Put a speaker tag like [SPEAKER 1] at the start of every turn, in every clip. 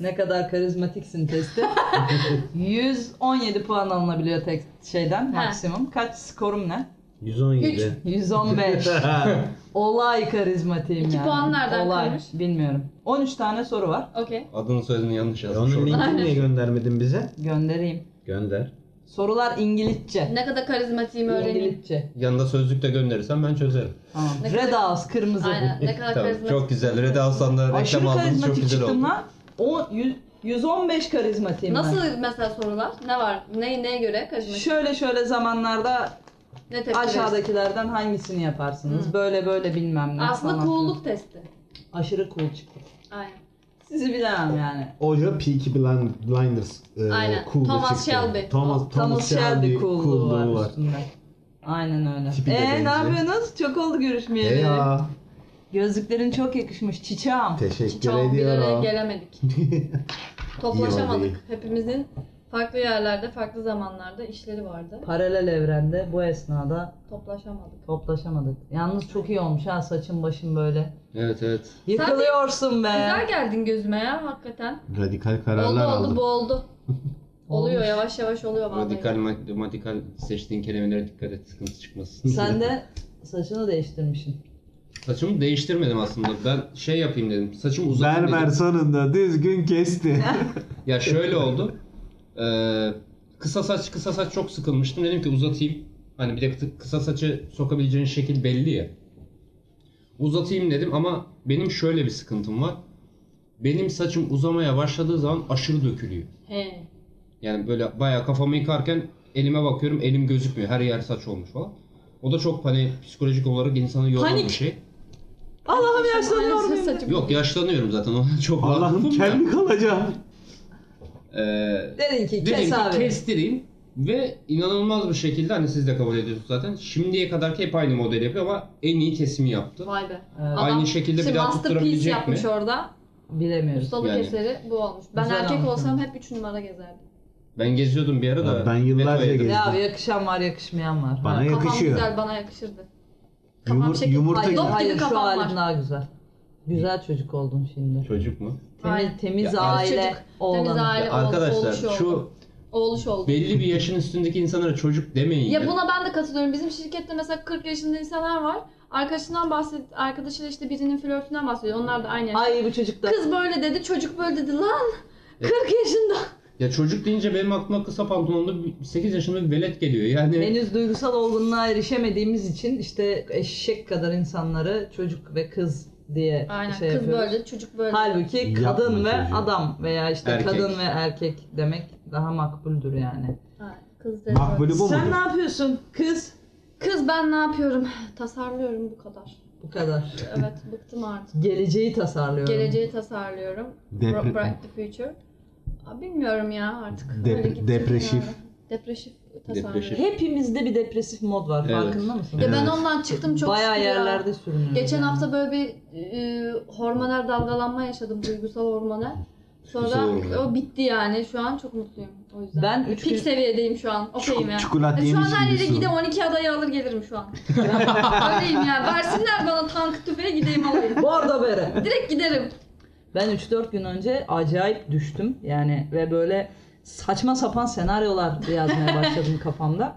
[SPEAKER 1] Ne kadar karizmatiksin testi. 117 puan alınabiliyor tek şeyden
[SPEAKER 2] Ha.
[SPEAKER 1] maksimum. Kaç skorum ne?
[SPEAKER 3] 117.
[SPEAKER 1] 115. Olay karizmatiğim
[SPEAKER 2] İki
[SPEAKER 1] yani.
[SPEAKER 2] puan nereden
[SPEAKER 1] Olay.
[SPEAKER 2] kalmış?
[SPEAKER 1] Bilmiyorum. 13 tane soru var.
[SPEAKER 2] Okey.
[SPEAKER 4] Adını soyadını
[SPEAKER 1] E,
[SPEAKER 4] yanlış
[SPEAKER 3] Ya
[SPEAKER 4] yazmış
[SPEAKER 3] Onun
[SPEAKER 4] orada.
[SPEAKER 3] linkini niye göndermedin bize?
[SPEAKER 1] Göndereyim.
[SPEAKER 3] Gönder.
[SPEAKER 1] Sorular İngilizce.
[SPEAKER 2] Ne kadar karizmatiğimi öğrenin.
[SPEAKER 1] İngilizce.
[SPEAKER 4] Yanında sözlük de gönderirsen ben çözerim.
[SPEAKER 1] Tamam.
[SPEAKER 2] Ne
[SPEAKER 1] Red House kırmızı.
[SPEAKER 2] Aynen. Ne kadar
[SPEAKER 4] Tamam,
[SPEAKER 2] karizmatik.
[SPEAKER 4] çok güzel. Red Aslan'da
[SPEAKER 1] Aşırı
[SPEAKER 4] reklam aldınız çok
[SPEAKER 1] karizmatik
[SPEAKER 4] güzel
[SPEAKER 1] çıktım
[SPEAKER 4] oldu.
[SPEAKER 1] lan. O, yüz- 115 karizmatiğim ben.
[SPEAKER 2] Nasıl mesela sorular? Ne var? Ne neye göre karizmatik?
[SPEAKER 1] Şöyle şöyle zamanlarda
[SPEAKER 2] Ne tepki verirsin?
[SPEAKER 1] aşağıdakilerden hangisini yaparsınız?
[SPEAKER 2] Hı.
[SPEAKER 1] Böyle böyle bilmem ne.
[SPEAKER 2] Aslında
[SPEAKER 1] falan.
[SPEAKER 2] cool'luk testi.
[SPEAKER 1] Aşırı cool çıktı.
[SPEAKER 2] Aynen.
[SPEAKER 1] Sizi bilemem yani.
[SPEAKER 3] Ojo Peaky Blind- Blinders e,
[SPEAKER 2] Aynen.
[SPEAKER 3] cool'u
[SPEAKER 2] Thomas
[SPEAKER 3] çıktı.
[SPEAKER 2] Shelby.
[SPEAKER 3] Thomas, Thomas,
[SPEAKER 1] Thomas Shelby coolluğu, var,
[SPEAKER 3] var.
[SPEAKER 1] üstünde. Aynen öyle.
[SPEAKER 3] Tipi de
[SPEAKER 1] Eee ne
[SPEAKER 3] benziyor.
[SPEAKER 1] yapıyorsunuz? Çok oldu
[SPEAKER 3] E
[SPEAKER 1] görüşmeyeli.
[SPEAKER 3] ya
[SPEAKER 1] Gözlüklerin çok yakışmış çiçeğim.
[SPEAKER 3] teşekkür
[SPEAKER 2] Çoğun bir araya
[SPEAKER 3] ediyorum.
[SPEAKER 2] gelemedik.
[SPEAKER 3] İyi oldu,
[SPEAKER 2] Toplaşamadık. Hepimizin farklı yerlerde, farklı zamanlarda işleri vardı.
[SPEAKER 1] Paralel evrende bu esnada
[SPEAKER 2] Toplaşamadık.
[SPEAKER 1] toplaşamadık. Yalnız çok iyi olmuş ha saçın başın böyle.
[SPEAKER 4] Evet evet.
[SPEAKER 1] Yıkılıyorsun
[SPEAKER 2] Güzel
[SPEAKER 1] be.
[SPEAKER 2] geldin gözüme ya hakikaten.
[SPEAKER 3] Radikal kararlar
[SPEAKER 2] oldu oldu
[SPEAKER 3] aldım.
[SPEAKER 2] bu oldu. Oluyor
[SPEAKER 1] Olmuş.
[SPEAKER 2] yavaş yavaş oluyor vallahi.
[SPEAKER 4] Radikal, matikal seçtiğin kelimelere dikkat et. Sıkıntı çıkmasın.
[SPEAKER 1] Sen de saçını değiştirmişsin.
[SPEAKER 4] Saçımı değiştirmedim aslında. Ben şey yapayım dedim. Saçımı uzatayım
[SPEAKER 3] Berber
[SPEAKER 4] dedim.
[SPEAKER 3] sonunda düzgün kesti.
[SPEAKER 4] Ya şöyle oldu. Ee, kısa saç kısa saç çok sıkılmıştım. Dedim ki uzatayım. Hani bir de kı- kısa saçı sokabileceğin şekil belli ya. Uzatayım dedim ama benim şöyle bir sıkıntım var. Benim saçım uzamaya başladığı zaman aşırı dökülüyor.
[SPEAKER 2] He.
[SPEAKER 4] Yani böyle bayağı kafamı yıkarken elime bakıyorum elim gözükmüyor. Her yer saç olmuş falan. O da çok hani psikolojik olarak insanı yoran
[SPEAKER 1] Panik.
[SPEAKER 4] bir şey.
[SPEAKER 1] Allah'ım yaşlanıyor
[SPEAKER 2] Aynen,
[SPEAKER 1] muyum?
[SPEAKER 2] saçım.
[SPEAKER 4] Yok yaşlanıyorum zaten. O çok
[SPEAKER 3] Allah'ım
[SPEAKER 4] vakıfım ya.
[SPEAKER 3] kendi kalacağım.
[SPEAKER 4] Ee,
[SPEAKER 1] Dedin ki
[SPEAKER 4] Dedim
[SPEAKER 1] kes
[SPEAKER 4] ki
[SPEAKER 1] abi.
[SPEAKER 4] kestireyim ve inanılmaz bir şekilde hani siz de kabul ediyorsunuz zaten. Şimdiye kadarki hep aynı model yapıyor ama en iyi kesimi yaptı.
[SPEAKER 2] Vay be.
[SPEAKER 1] Evet,
[SPEAKER 2] Adam
[SPEAKER 4] aynı şekilde
[SPEAKER 2] İşte
[SPEAKER 4] bir daha
[SPEAKER 2] masterpiece
[SPEAKER 4] tutturabilecek mi?
[SPEAKER 2] yapmış orada.
[SPEAKER 1] bilemiyoruz.
[SPEAKER 2] Ustalık
[SPEAKER 4] Yani.
[SPEAKER 2] eseri bu olmuş. Ben
[SPEAKER 1] Güzel
[SPEAKER 2] erkek
[SPEAKER 1] almış
[SPEAKER 2] olsam
[SPEAKER 1] ama.
[SPEAKER 2] hep 3 numara gezerdim.
[SPEAKER 4] Ben geziyordum bir ara da.
[SPEAKER 3] Ya ben yıllarca
[SPEAKER 4] vetoya
[SPEAKER 3] gezdim.
[SPEAKER 1] Ya yakışan var yakışmayan var.
[SPEAKER 3] Bana
[SPEAKER 1] Ha.
[SPEAKER 2] Kafam
[SPEAKER 3] Yakışıyor.
[SPEAKER 2] güzel bana yakışırdı. Kafam
[SPEAKER 3] Yumur,
[SPEAKER 2] şekil-
[SPEAKER 3] yumurta
[SPEAKER 1] Hayır,
[SPEAKER 3] gibi.
[SPEAKER 2] Dop
[SPEAKER 1] hayır
[SPEAKER 2] gibi
[SPEAKER 1] şu
[SPEAKER 2] kafam var.
[SPEAKER 1] halin daha güzel. Güzel çocuk oldun şimdi.
[SPEAKER 4] Çocuk mu?
[SPEAKER 2] Aynen.
[SPEAKER 1] Temiz, temiz
[SPEAKER 4] Ya,
[SPEAKER 1] aile
[SPEAKER 2] çocuk.
[SPEAKER 1] oğlan.
[SPEAKER 2] Temiz aile
[SPEAKER 4] Ya
[SPEAKER 2] oğlu-
[SPEAKER 4] arkadaşlar
[SPEAKER 2] oğluş oldu.
[SPEAKER 4] şu
[SPEAKER 2] Oğluş oldu.
[SPEAKER 4] belli bir yaşın üstündeki insanlara çocuk demeyin ya.
[SPEAKER 2] Ya buna ben de katılıyorum. Bizim şirkette mesela 40 yaşında insanlar var. Arkadaşından bahset, arkadaşıyla işte birinin flörtünden bahsediyor. Onlar da aynı yaşta.
[SPEAKER 1] Ay bu çocuk da.
[SPEAKER 2] Kız böyle dedi, çocuk böyle dedi lan.
[SPEAKER 4] Ya-
[SPEAKER 2] 40 yaşında.
[SPEAKER 4] Ya çocuk deyince benim aklıma kısa pantolonlu bir- 8 yaşında bir velet geliyor. Yani
[SPEAKER 1] Henüz duygusal olgunluğa erişemediğimiz için işte eşek kadar insanları çocuk ve kız diye
[SPEAKER 2] Aynen.
[SPEAKER 1] şey
[SPEAKER 2] Kız
[SPEAKER 1] yapıyoruz.
[SPEAKER 2] böyle dedi, çocuk böyle. dedi.
[SPEAKER 1] Halbuki
[SPEAKER 3] Yapma
[SPEAKER 1] kadın ve
[SPEAKER 3] çocuğu.
[SPEAKER 1] adam veya işte
[SPEAKER 4] Erkek.
[SPEAKER 1] kadın ve erkek demek daha makbuldür yani.
[SPEAKER 2] Aynen, Kız dedi.
[SPEAKER 3] Makbulü
[SPEAKER 2] böyle.
[SPEAKER 3] bu
[SPEAKER 1] Sen ne
[SPEAKER 3] mudur?
[SPEAKER 1] yapıyorsun kız?
[SPEAKER 2] Kız ben ne yapıyorum? Tasarlıyorum bu kadar.
[SPEAKER 1] Bu kadar.
[SPEAKER 2] Evet, bıktım artık.
[SPEAKER 1] Geleceği tasarlıyorum.
[SPEAKER 2] Geleceği tasarlıyorum. Bro-
[SPEAKER 3] Depre-
[SPEAKER 2] Bright the future. Aa, bilmiyorum ya artık.
[SPEAKER 3] Dep-
[SPEAKER 2] Böyle gidecek
[SPEAKER 3] depresif.
[SPEAKER 2] herhalde. Depresif tasarlıyorum.
[SPEAKER 4] Depresif.
[SPEAKER 1] Hepimizde bir depresif mod var
[SPEAKER 4] Evet.
[SPEAKER 1] farkında mısın?
[SPEAKER 2] Ya ben
[SPEAKER 3] Evet.
[SPEAKER 2] ondan çıktım çok
[SPEAKER 1] Bayağı
[SPEAKER 2] şükür ya.
[SPEAKER 1] yerlerde sürünüyorum.
[SPEAKER 2] Geçen
[SPEAKER 1] yani.
[SPEAKER 2] hafta böyle bir e, hormonal dalgalanma yaşadım, duygusal hormonal. Sonra
[SPEAKER 4] Duygusal hormonal.
[SPEAKER 2] o bitti yani. Şu an çok mutluyum o yüzden.
[SPEAKER 1] Ben üç
[SPEAKER 2] pik
[SPEAKER 1] gün-
[SPEAKER 2] seviyedeyim şu an. Okeyim
[SPEAKER 3] Çuk-
[SPEAKER 2] ya.
[SPEAKER 3] Çikolat
[SPEAKER 2] E, şu an
[SPEAKER 3] yemiş
[SPEAKER 2] her yere
[SPEAKER 3] gibisin.
[SPEAKER 2] gideyim 12 adayı alır gelirim şu an. Öyleyim ya. Versinler bana tank tüfeği gideyim alayım.
[SPEAKER 1] Bordo bere.
[SPEAKER 2] Direkt giderim.
[SPEAKER 1] Ben 3-4 gün önce acayip düştüm. Yani ve böyle saçma sapan senaryolar yazmaya başladım kafamda.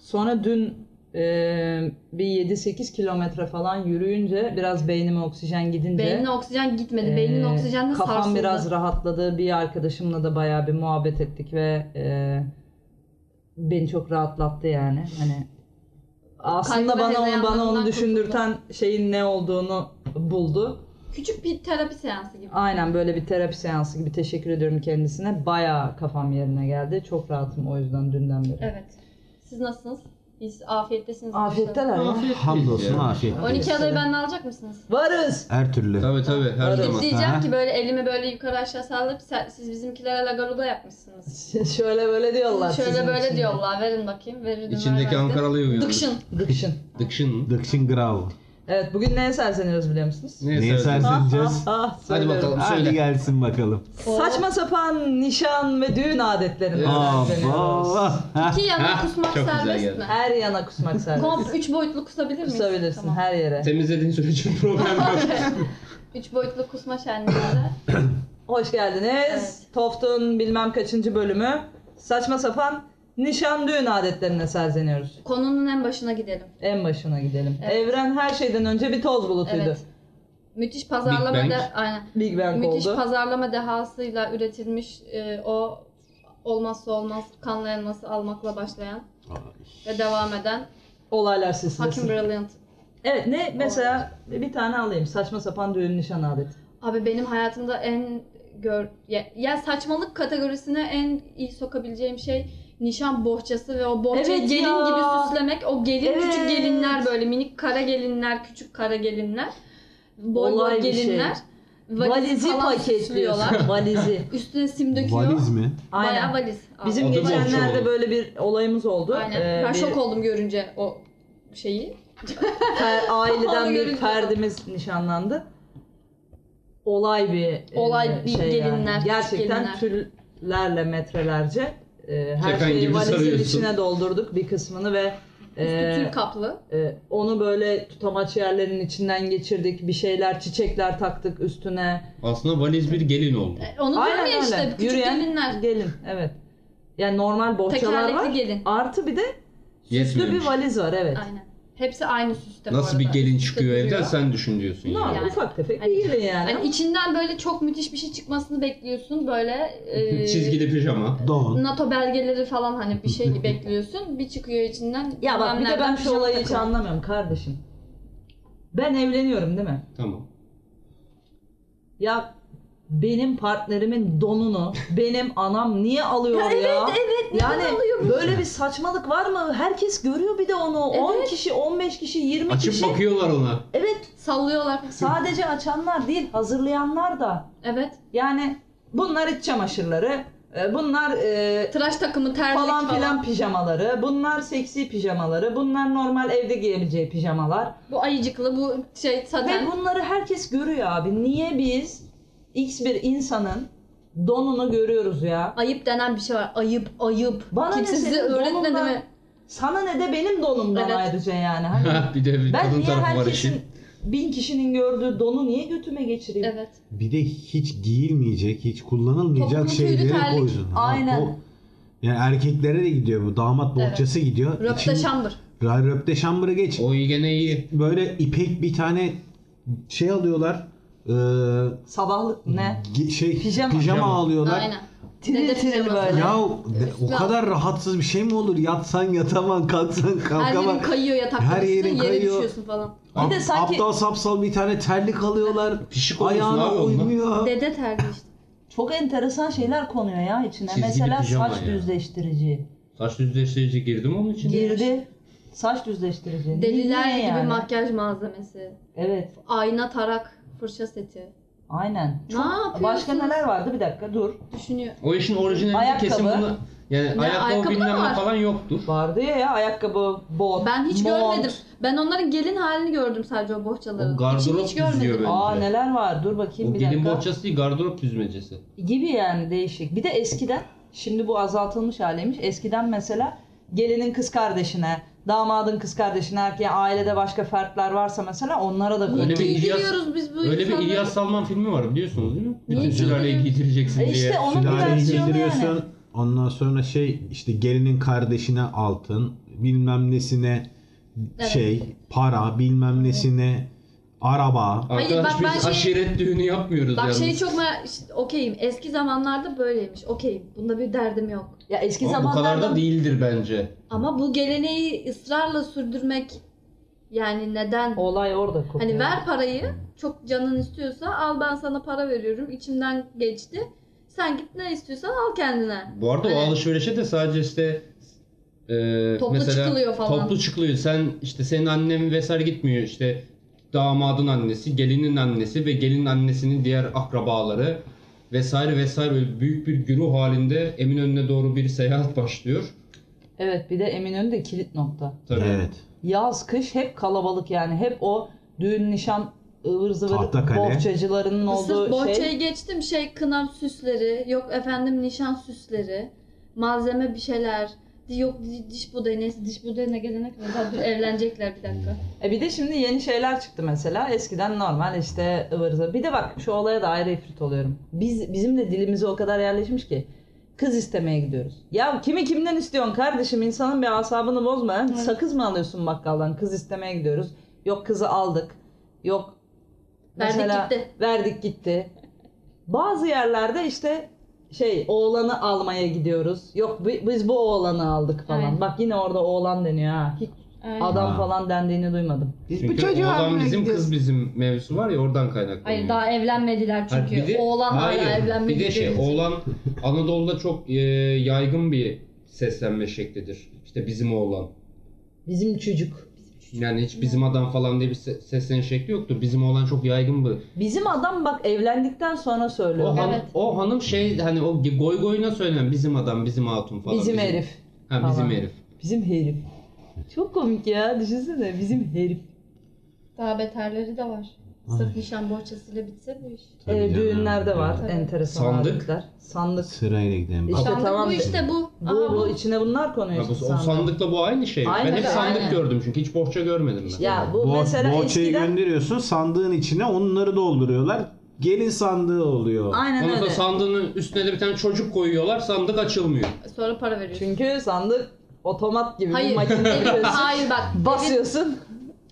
[SPEAKER 1] Sonra dün eee, bir 7-8 kilometre falan yürüyünce biraz beynime oksijen gidince
[SPEAKER 2] Beynine oksijen gitmedi. Beynin
[SPEAKER 1] eee,
[SPEAKER 2] oksijenle
[SPEAKER 1] e, Ee, kafam
[SPEAKER 2] sarsıldı.
[SPEAKER 1] biraz rahatladı. Bir arkadaşımla da bayağı bir muhabbet ettik ve eee, beni çok rahatlattı yani. Hani aslında
[SPEAKER 2] Kalbime
[SPEAKER 1] bana onu, bana
[SPEAKER 2] hezeyanlarından
[SPEAKER 1] onu düşündürten şeyin ne olduğunu buldu.
[SPEAKER 2] Küçük bir terapi seansı gibi.
[SPEAKER 1] Aynen böyle bir terapi seansı gibi teşekkür ediyorum kendisine. Bayağı kafam yerine geldi. Çok rahatım o yüzden dünden beri.
[SPEAKER 2] Evet. Siz nasılsınız? Biz afiyettesiniz.
[SPEAKER 1] Afiyetteler ya.
[SPEAKER 3] Hamdolsun
[SPEAKER 4] Ya.
[SPEAKER 3] afiyet.
[SPEAKER 2] 12 adayı benden alacak mısınız?
[SPEAKER 1] Varız.
[SPEAKER 3] Her türlü.
[SPEAKER 4] Tabii tabii her
[SPEAKER 1] Öyle.
[SPEAKER 4] zaman.
[SPEAKER 2] Diyeceğim
[SPEAKER 3] Ha.
[SPEAKER 2] ki böyle elimi böyle yukarı aşağı sallayıp "Sen- siz bizimkilere lagaruda yapmışsınız.
[SPEAKER 1] Ş- Şöyle böyle diyorlar.
[SPEAKER 2] Şöyle
[SPEAKER 1] sizin
[SPEAKER 2] böyle
[SPEAKER 1] için.
[SPEAKER 2] diyorlar. Verin bakayım. Verirdim.
[SPEAKER 4] İçindeki
[SPEAKER 2] vermezdim.
[SPEAKER 4] Ankaralıyı uyandı.
[SPEAKER 2] Dıkşın.
[SPEAKER 1] Dıkşın.
[SPEAKER 4] Dikşin mi?
[SPEAKER 3] Dökşin Gravo.
[SPEAKER 1] Evet bugün neye serseniyoruz biliyor musunuz?
[SPEAKER 4] Neyse,
[SPEAKER 3] Neyse, sen-
[SPEAKER 4] evet.
[SPEAKER 1] Ah,
[SPEAKER 3] Serseniyoruz.
[SPEAKER 1] ah, ah, söylüyorum.
[SPEAKER 4] bakalım. Söyle.
[SPEAKER 3] Hadi gelsin bakalım.
[SPEAKER 1] Saçma sapan nişan ve düğün adetlerinden
[SPEAKER 3] Aa,
[SPEAKER 1] serseniyoruz.
[SPEAKER 3] valla. Ha.
[SPEAKER 2] İki yana
[SPEAKER 4] Ha,
[SPEAKER 2] kusmak
[SPEAKER 4] çok güzel
[SPEAKER 2] serbest
[SPEAKER 4] geldi.
[SPEAKER 2] mi?
[SPEAKER 1] Her yana kusmak
[SPEAKER 2] Komp
[SPEAKER 1] serbest.
[SPEAKER 2] 3 boyutlu kusabilir miyiz?
[SPEAKER 1] Kusabilirsin
[SPEAKER 2] Tamam.
[SPEAKER 1] her yere.
[SPEAKER 4] Temizlediğin sürece problem yok.
[SPEAKER 2] 3 boyutlu kusma şenliğinde
[SPEAKER 1] Hoş geldiniz.
[SPEAKER 2] Evet.
[SPEAKER 1] Toft'un bilmem kaçıncı bölümü. Saçma sapan nişan düğün adetlerine serzeniyoruz.
[SPEAKER 2] Konunun en başına gidelim.
[SPEAKER 1] En başına gidelim.
[SPEAKER 2] Evet.
[SPEAKER 1] Evren her şeyden önce bir toz bulutuydu.
[SPEAKER 2] Evet. Müthiş pazarlama
[SPEAKER 4] Big
[SPEAKER 2] de,
[SPEAKER 4] Bang.
[SPEAKER 2] aynen.
[SPEAKER 1] Big Bang
[SPEAKER 2] Müthiş
[SPEAKER 1] oldu.
[SPEAKER 2] pazarlama dehasıyla üretilmiş e, o olmazsa olmaz kanlı elması almakla başlayan ve devam eden
[SPEAKER 1] Olaylar silsilesi.
[SPEAKER 2] Fucking Brilliant.
[SPEAKER 1] Evet ne mesela bir tane alayım. Saçma sapan düğün nişan adeti.
[SPEAKER 2] Abi benim hayatımda en gör ya, ya saçmalık kategorisine en iyi sokabileceğim şey nişan bohçası ve o bohçayı
[SPEAKER 1] Evet
[SPEAKER 2] gelin
[SPEAKER 1] ya.
[SPEAKER 2] gibi süslemek. O gelin küçük
[SPEAKER 1] Evet.
[SPEAKER 2] gelinler böyle minik kara gelinler, küçük kara gelinler. Boy
[SPEAKER 1] Olay
[SPEAKER 2] boy
[SPEAKER 1] bir şey.
[SPEAKER 2] gelinler.
[SPEAKER 1] Valizi
[SPEAKER 2] falan süslüyorlar.
[SPEAKER 1] paketliyorsun. Valizi.
[SPEAKER 2] Üstüne sim döküyor.
[SPEAKER 3] Valiz mi?
[SPEAKER 2] Bayağı
[SPEAKER 1] Aynen.
[SPEAKER 2] valiz. abi.
[SPEAKER 1] Bizim
[SPEAKER 4] O da bohça
[SPEAKER 1] geçenlerde
[SPEAKER 4] oldu.
[SPEAKER 1] böyle bir olayımız oldu.
[SPEAKER 2] Aynen.
[SPEAKER 1] Ee,
[SPEAKER 2] ben
[SPEAKER 1] bir
[SPEAKER 2] şok oldum görünce o şeyi.
[SPEAKER 1] per- aileden
[SPEAKER 2] Onu
[SPEAKER 1] bir
[SPEAKER 2] görünce.
[SPEAKER 1] perdimiz nişanlandı. Olay bir e,
[SPEAKER 2] Olay bir gelinler,
[SPEAKER 1] yani.
[SPEAKER 2] küçük
[SPEAKER 1] Gerçekten
[SPEAKER 2] gelinler.
[SPEAKER 1] tüllerle metrelerce e, her
[SPEAKER 4] Kefen
[SPEAKER 1] şeyi
[SPEAKER 4] gibi
[SPEAKER 1] valizin
[SPEAKER 4] sarıyorsun.
[SPEAKER 1] içine doldurduk bir kısmını ve e,
[SPEAKER 2] Üstü tül kaplı.
[SPEAKER 1] e, onu böyle tutamaç yerlerin içinden geçirdik. Bir şeyler, çiçekler taktık üstüne.
[SPEAKER 4] Aslında valiz bir gelin oldu.
[SPEAKER 2] E, Onu
[SPEAKER 1] Aynen
[SPEAKER 2] diyorum ya işte.
[SPEAKER 1] öyle.
[SPEAKER 2] Küçük gelinler.
[SPEAKER 1] gelin. Evet. Yani normal bohçalar
[SPEAKER 2] Tekerlekli
[SPEAKER 1] var.
[SPEAKER 2] gelin.
[SPEAKER 1] Artı bir de süslü bir
[SPEAKER 4] Yetmiyormuş.
[SPEAKER 1] valiz var evet.
[SPEAKER 2] Aynen. Hepsi aynı süste bu
[SPEAKER 4] Nasıl
[SPEAKER 2] arada.
[SPEAKER 4] bir gelin
[SPEAKER 2] Üstte
[SPEAKER 4] çıkıyor
[SPEAKER 2] duruyor.
[SPEAKER 4] evden sen düşün diyorsun
[SPEAKER 1] Ne
[SPEAKER 4] yani.
[SPEAKER 1] yani.
[SPEAKER 2] Yani.
[SPEAKER 1] ufak tefek
[SPEAKER 2] Hani-
[SPEAKER 1] bir gelin yani.
[SPEAKER 2] Hani içinden böyle çok müthiş bir şey çıkmasını bekliyorsun böyle. e,
[SPEAKER 4] Çizgili pijama.
[SPEAKER 3] Don.
[SPEAKER 2] NATO belgeleri falan hani bir şey bekliyorsun. Bir çıkıyor içinden.
[SPEAKER 1] Ya bak bir şey de
[SPEAKER 2] bilmem
[SPEAKER 1] ben şu
[SPEAKER 2] nereden
[SPEAKER 1] olayı
[SPEAKER 2] pijama
[SPEAKER 1] hiç
[SPEAKER 2] takımı.
[SPEAKER 1] anlamıyorum kardeşim. Ben evleniyorum değil mi?
[SPEAKER 4] Tamam.
[SPEAKER 1] Ya benim partnerimin donunu benim anam niye alıyor ya? Evet evet yani böyle bir saçmalık var mı? Herkes görüyor bir de onu. 10 kişi, 15 kişi, 20
[SPEAKER 4] Açıp
[SPEAKER 2] şey-
[SPEAKER 1] kişi.
[SPEAKER 4] bakıyorlar ona.
[SPEAKER 1] Evet
[SPEAKER 2] Sallıyorlar.
[SPEAKER 1] sadece açanlar değil hazırlayanlar da.
[SPEAKER 2] Evet.
[SPEAKER 1] Yani bunlar iç çamaşırları, e, bunlar e,
[SPEAKER 2] Tıraş takımı terlik
[SPEAKER 1] falan
[SPEAKER 2] falan.
[SPEAKER 1] filan pijamaları, bunlar seksi pijamaları, bunlar normal evde giyebileceği pijamalar.
[SPEAKER 2] Bu ayıcıklı bu şey
[SPEAKER 1] Ve
[SPEAKER 2] saten.
[SPEAKER 1] bunları herkes görüyor abi. Niye biz X bir insanın donunu görüyoruz ya?
[SPEAKER 2] Ayıp denen bir şey var. Ayıp ayıp.
[SPEAKER 1] Bana
[SPEAKER 2] Kimse
[SPEAKER 1] ne
[SPEAKER 2] size
[SPEAKER 1] senin
[SPEAKER 2] öğretmedi
[SPEAKER 1] donundan-
[SPEAKER 2] mi?
[SPEAKER 1] Sana ne de benim donumdan
[SPEAKER 2] Evet.
[SPEAKER 1] ayrıca yani. Hani
[SPEAKER 4] bir de bir
[SPEAKER 1] ben
[SPEAKER 4] kadın
[SPEAKER 1] niye
[SPEAKER 4] tarafı var
[SPEAKER 1] herkesin
[SPEAKER 4] işin.
[SPEAKER 1] bin kişinin gördüğü donu niye götüme geçireyim?
[SPEAKER 2] Evet.
[SPEAKER 3] Bir de hiç giyilmeyecek, hiç kullanılmayacak
[SPEAKER 2] Toplu tüylü
[SPEAKER 3] şeyleri
[SPEAKER 2] terlik.
[SPEAKER 3] koysun. Ha,
[SPEAKER 1] Aynen.
[SPEAKER 3] o- yani erkeklere de gidiyor bu. Damat
[SPEAKER 2] Evet.
[SPEAKER 3] bohçası gidiyor.
[SPEAKER 2] Röpte şambır.
[SPEAKER 3] şambır. Röpte şambırı geç.
[SPEAKER 4] O iyi gene iyi.
[SPEAKER 3] Böyle ipek bir tane şey alıyorlar. Ee,
[SPEAKER 1] Sabahlık ne?
[SPEAKER 3] ge- şey
[SPEAKER 1] Pijama.
[SPEAKER 3] pijama,
[SPEAKER 4] Pijama.
[SPEAKER 3] alıyorlar.
[SPEAKER 2] Aynen.
[SPEAKER 4] Hmm.
[SPEAKER 1] Tiril
[SPEAKER 2] Dede
[SPEAKER 1] tiril
[SPEAKER 2] pijaması.
[SPEAKER 1] böyle.
[SPEAKER 3] Ya de- o
[SPEAKER 2] Ya.
[SPEAKER 3] kadar rahatsız bir şey mi olur? Yatsan yataman,
[SPEAKER 2] Her
[SPEAKER 3] kalksan
[SPEAKER 2] yerin
[SPEAKER 3] kalkaman.
[SPEAKER 2] kayıyor yatakta.
[SPEAKER 3] Her yerin
[SPEAKER 2] Yere
[SPEAKER 3] kayıyor.
[SPEAKER 2] düşüyorsun falan.
[SPEAKER 1] Bir de
[SPEAKER 3] Ap-
[SPEAKER 1] sanki-
[SPEAKER 3] Aptal sapsal bir tane terlik alıyorlar.
[SPEAKER 4] Pişik olursun abi
[SPEAKER 3] Ayağına
[SPEAKER 4] ondan.
[SPEAKER 3] uymuyor.
[SPEAKER 2] Dede terliği işte.
[SPEAKER 1] Çok enteresan şeyler konuyor ya içine.
[SPEAKER 4] Çizgili
[SPEAKER 1] Mesela
[SPEAKER 4] pijama
[SPEAKER 1] saç
[SPEAKER 4] ya.
[SPEAKER 1] düzleştirici.
[SPEAKER 4] Saç düzleştirici girdim onun için.
[SPEAKER 1] Girdi. Saç düzleştirici.
[SPEAKER 2] Deliler
[SPEAKER 1] Niye
[SPEAKER 2] gibi
[SPEAKER 1] yani?
[SPEAKER 2] makyaj malzemesi.
[SPEAKER 1] Evet.
[SPEAKER 2] Ayna tarak fırça seti.
[SPEAKER 1] Aynen.
[SPEAKER 2] ne yapıyorsun?
[SPEAKER 1] Başka neler vardı? Bir dakika dur.
[SPEAKER 2] Düşünüyor.
[SPEAKER 4] O işin orijinalinde
[SPEAKER 1] Ayakkabı.
[SPEAKER 4] kesin bunu yani ayakkabı
[SPEAKER 2] ayakkabı da
[SPEAKER 4] bilmem ne
[SPEAKER 2] var.
[SPEAKER 4] falan yoktur.
[SPEAKER 1] Vardı ya, ya ayakkabı, bot,
[SPEAKER 2] Ben hiç
[SPEAKER 1] mont.
[SPEAKER 2] görmedim. Ben onların gelin halini gördüm sadece o bohçaların.
[SPEAKER 4] O gardırop
[SPEAKER 2] hiç, hiç görmedim.
[SPEAKER 4] düzüyor böyle.
[SPEAKER 1] Aa
[SPEAKER 4] Bence.
[SPEAKER 1] neler var? Dur bakayım
[SPEAKER 4] O
[SPEAKER 1] bir
[SPEAKER 4] gelin
[SPEAKER 1] dakika.
[SPEAKER 4] bohçası değil gardırop düzmecesi.
[SPEAKER 1] Gibi yani değişik. Bir de eskiden şimdi bu azaltılmış haliymiş. Eskiden mesela gelinin kız kardeşine, damadın kız kardeşine, erkeğe ailede başka fertler varsa mesela onlara da
[SPEAKER 4] Öyle
[SPEAKER 1] koyuyor.
[SPEAKER 4] bir İlyas-
[SPEAKER 2] giydiriyoruz biz bu
[SPEAKER 4] Öyle bir
[SPEAKER 2] insanları?
[SPEAKER 4] İlyas Salman filmi var biliyorsunuz değil mi?
[SPEAKER 2] Niye
[SPEAKER 4] Bütün sülaleye
[SPEAKER 2] giydiriyor?
[SPEAKER 4] giydireceksin
[SPEAKER 1] E
[SPEAKER 4] diye.
[SPEAKER 1] işte onun bir
[SPEAKER 3] Sülaleyi
[SPEAKER 2] şey-
[SPEAKER 1] versiyonu
[SPEAKER 3] giydiriyorsun.
[SPEAKER 1] yani.
[SPEAKER 3] Ondan sonra şey işte gelinin kardeşine altın, bilmem nesine
[SPEAKER 2] Evet.
[SPEAKER 3] şey, para, bilmem nesine araba.
[SPEAKER 2] Hayır, bak
[SPEAKER 4] Arkadaş
[SPEAKER 2] ben
[SPEAKER 4] biz
[SPEAKER 2] şey-
[SPEAKER 4] aşiret düğünü yapmıyoruz
[SPEAKER 2] Bak
[SPEAKER 4] yalnız.
[SPEAKER 2] şeyi çok merak... İşte, okeyim. Eski zamanlarda böyleymiş. Okeyim. Bunda bir derdim yok.
[SPEAKER 1] Ya eski
[SPEAKER 4] Ama bu kadar da
[SPEAKER 1] zamanlarda
[SPEAKER 4] değildir bence.
[SPEAKER 2] Ama bu geleneği ısrarla sürdürmek yani neden?
[SPEAKER 1] olay orada kopuyor.
[SPEAKER 2] Hani ver parayı. Çok canın istiyorsa al ben sana para veriyorum. İçimden geçti. Sen git ne istiyorsan al kendine.
[SPEAKER 4] Bu arada
[SPEAKER 2] Evet.
[SPEAKER 4] o alışverişe de sadece işte e,
[SPEAKER 2] Toplu
[SPEAKER 4] mesela
[SPEAKER 2] çıkılıyor falan.
[SPEAKER 4] toplu çıkılıyor. Sen işte senin annen vesaire gitmiyor. İşte damadın annesi, gelinin annesi ve gelinin annesinin diğer akrabaları vesaire vesaire böyle büyük bir güruh halinde Eminönü'ne doğru bir seyahat başlıyor.
[SPEAKER 1] Evet bir de Eminönü'de kilit nokta.
[SPEAKER 4] Tabii.
[SPEAKER 3] Evet.
[SPEAKER 1] Yaz kış hep kalabalık yani. Hep o düğün nişan ıvır zıvır
[SPEAKER 3] Tahtakale.
[SPEAKER 1] bohçacılarının
[SPEAKER 2] Sırf
[SPEAKER 1] olduğu
[SPEAKER 2] bohçayı
[SPEAKER 1] şey.
[SPEAKER 2] geçtim şey kınav süsleri, yok efendim nişan süsleri, malzeme bir şeyler, Yok di- diş budayı neyse diş budayına gelene kadar daha dur, evlenecekler bir dakika.
[SPEAKER 1] E bir de şimdi yeni şeyler çıktı mesela. Eskiden normal işte ıvır zıvır. Bir de bak şu olaya da ayrı ifrit oluyorum. Biz bizim de dilimize o kadar yerleşmiş ki kız istemeye gidiyoruz. Ya kimi kimden istiyorsun kardeşim? İnsanın bir asabını bozma.
[SPEAKER 2] Evet.
[SPEAKER 1] Sakız mı alıyorsun bakkaldan? Kız istemeye gidiyoruz. Yok kızı aldık. Yok
[SPEAKER 2] Verdik
[SPEAKER 1] mesela
[SPEAKER 2] gitti.
[SPEAKER 1] verdik gitti. Bazı yerlerde işte şey oğlanı almaya gidiyoruz. Yok bi- biz bu oğlanı aldık falan.
[SPEAKER 2] Aynen.
[SPEAKER 1] Bak yine orada oğlan deniyor ha. Hiç
[SPEAKER 2] Aynen.
[SPEAKER 1] adam
[SPEAKER 3] Ha.
[SPEAKER 1] falan dendiğini duymadım.
[SPEAKER 5] Biz
[SPEAKER 4] Çünkü
[SPEAKER 5] bu çocuğu
[SPEAKER 4] oğlan
[SPEAKER 5] almaya
[SPEAKER 4] bizim
[SPEAKER 5] gidiyoruz.
[SPEAKER 4] kız bizim mevzusu var ya oradan kaynaklanıyor.
[SPEAKER 2] Hayır daha evlenmediler
[SPEAKER 4] Ha,
[SPEAKER 2] çünkü.
[SPEAKER 4] bir de-
[SPEAKER 2] oğlan hala
[SPEAKER 4] hayır,
[SPEAKER 2] evlenmedi.
[SPEAKER 4] Bir de şey
[SPEAKER 2] dediği için.
[SPEAKER 4] oğlan Anadolu'da çok e, yaygın bir seslenme şeklidir. İşte bizim oğlan.
[SPEAKER 1] Bizim çocuk.
[SPEAKER 4] Yani hiç bizim adam falan diye bir se- sesleniş şekli yoktur. Bizim oğlan çok yaygın bir.
[SPEAKER 1] Bizim adam bak evlendikten sonra söylüyor.
[SPEAKER 4] O, han-
[SPEAKER 2] Evet.
[SPEAKER 4] o hanım şey hani o goy goyuna söylenen bizim adam, bizim hatun falan.
[SPEAKER 1] bizim herif.
[SPEAKER 4] Ha bizim
[SPEAKER 1] falan.
[SPEAKER 4] herif.
[SPEAKER 1] Bizim herif. Çok komik ya. Düşünsene bizim herif.
[SPEAKER 2] Daha beterleri de var. Sırf nişan bohçasıyla bitse bu iş.
[SPEAKER 3] Tabii
[SPEAKER 1] Ee,
[SPEAKER 3] canım.
[SPEAKER 1] düğünlerde var
[SPEAKER 2] Tabii.
[SPEAKER 1] enteresan
[SPEAKER 4] Sandık.
[SPEAKER 1] adetler. Sandık.
[SPEAKER 3] Sırayla gidelim.
[SPEAKER 1] İşte
[SPEAKER 2] Sandık
[SPEAKER 1] tamam.
[SPEAKER 2] bu işte bu.
[SPEAKER 1] Bu,
[SPEAKER 2] Aha,
[SPEAKER 1] bu içine bunlar konuyor
[SPEAKER 4] Ha, bu,
[SPEAKER 1] işte
[SPEAKER 4] o
[SPEAKER 1] sandık.
[SPEAKER 4] sandıkla bu aynı şey.
[SPEAKER 1] Aynen,
[SPEAKER 4] ben hep
[SPEAKER 1] evet,
[SPEAKER 4] sandık
[SPEAKER 2] aynen.
[SPEAKER 4] gördüm çünkü hiç bohça görmedim ben.
[SPEAKER 1] Ya bu
[SPEAKER 3] Bo-
[SPEAKER 1] mesela
[SPEAKER 3] bohçayı
[SPEAKER 1] eskiden
[SPEAKER 3] gönderiyorsun sandığın içine onları dolduruyorlar. Gelin sandığı oluyor.
[SPEAKER 1] aynen
[SPEAKER 4] Ondan sonra
[SPEAKER 1] öyle.
[SPEAKER 4] sandığın üstüne de bir tane çocuk koyuyorlar. Sandık açılmıyor.
[SPEAKER 2] Sonra para veriyorsun.
[SPEAKER 1] Çünkü sandık otomat gibi bir
[SPEAKER 2] Hayır.
[SPEAKER 1] makine
[SPEAKER 2] evin,
[SPEAKER 1] yapıyorsun.
[SPEAKER 2] hayır bak. Evin,
[SPEAKER 1] Basıyorsun.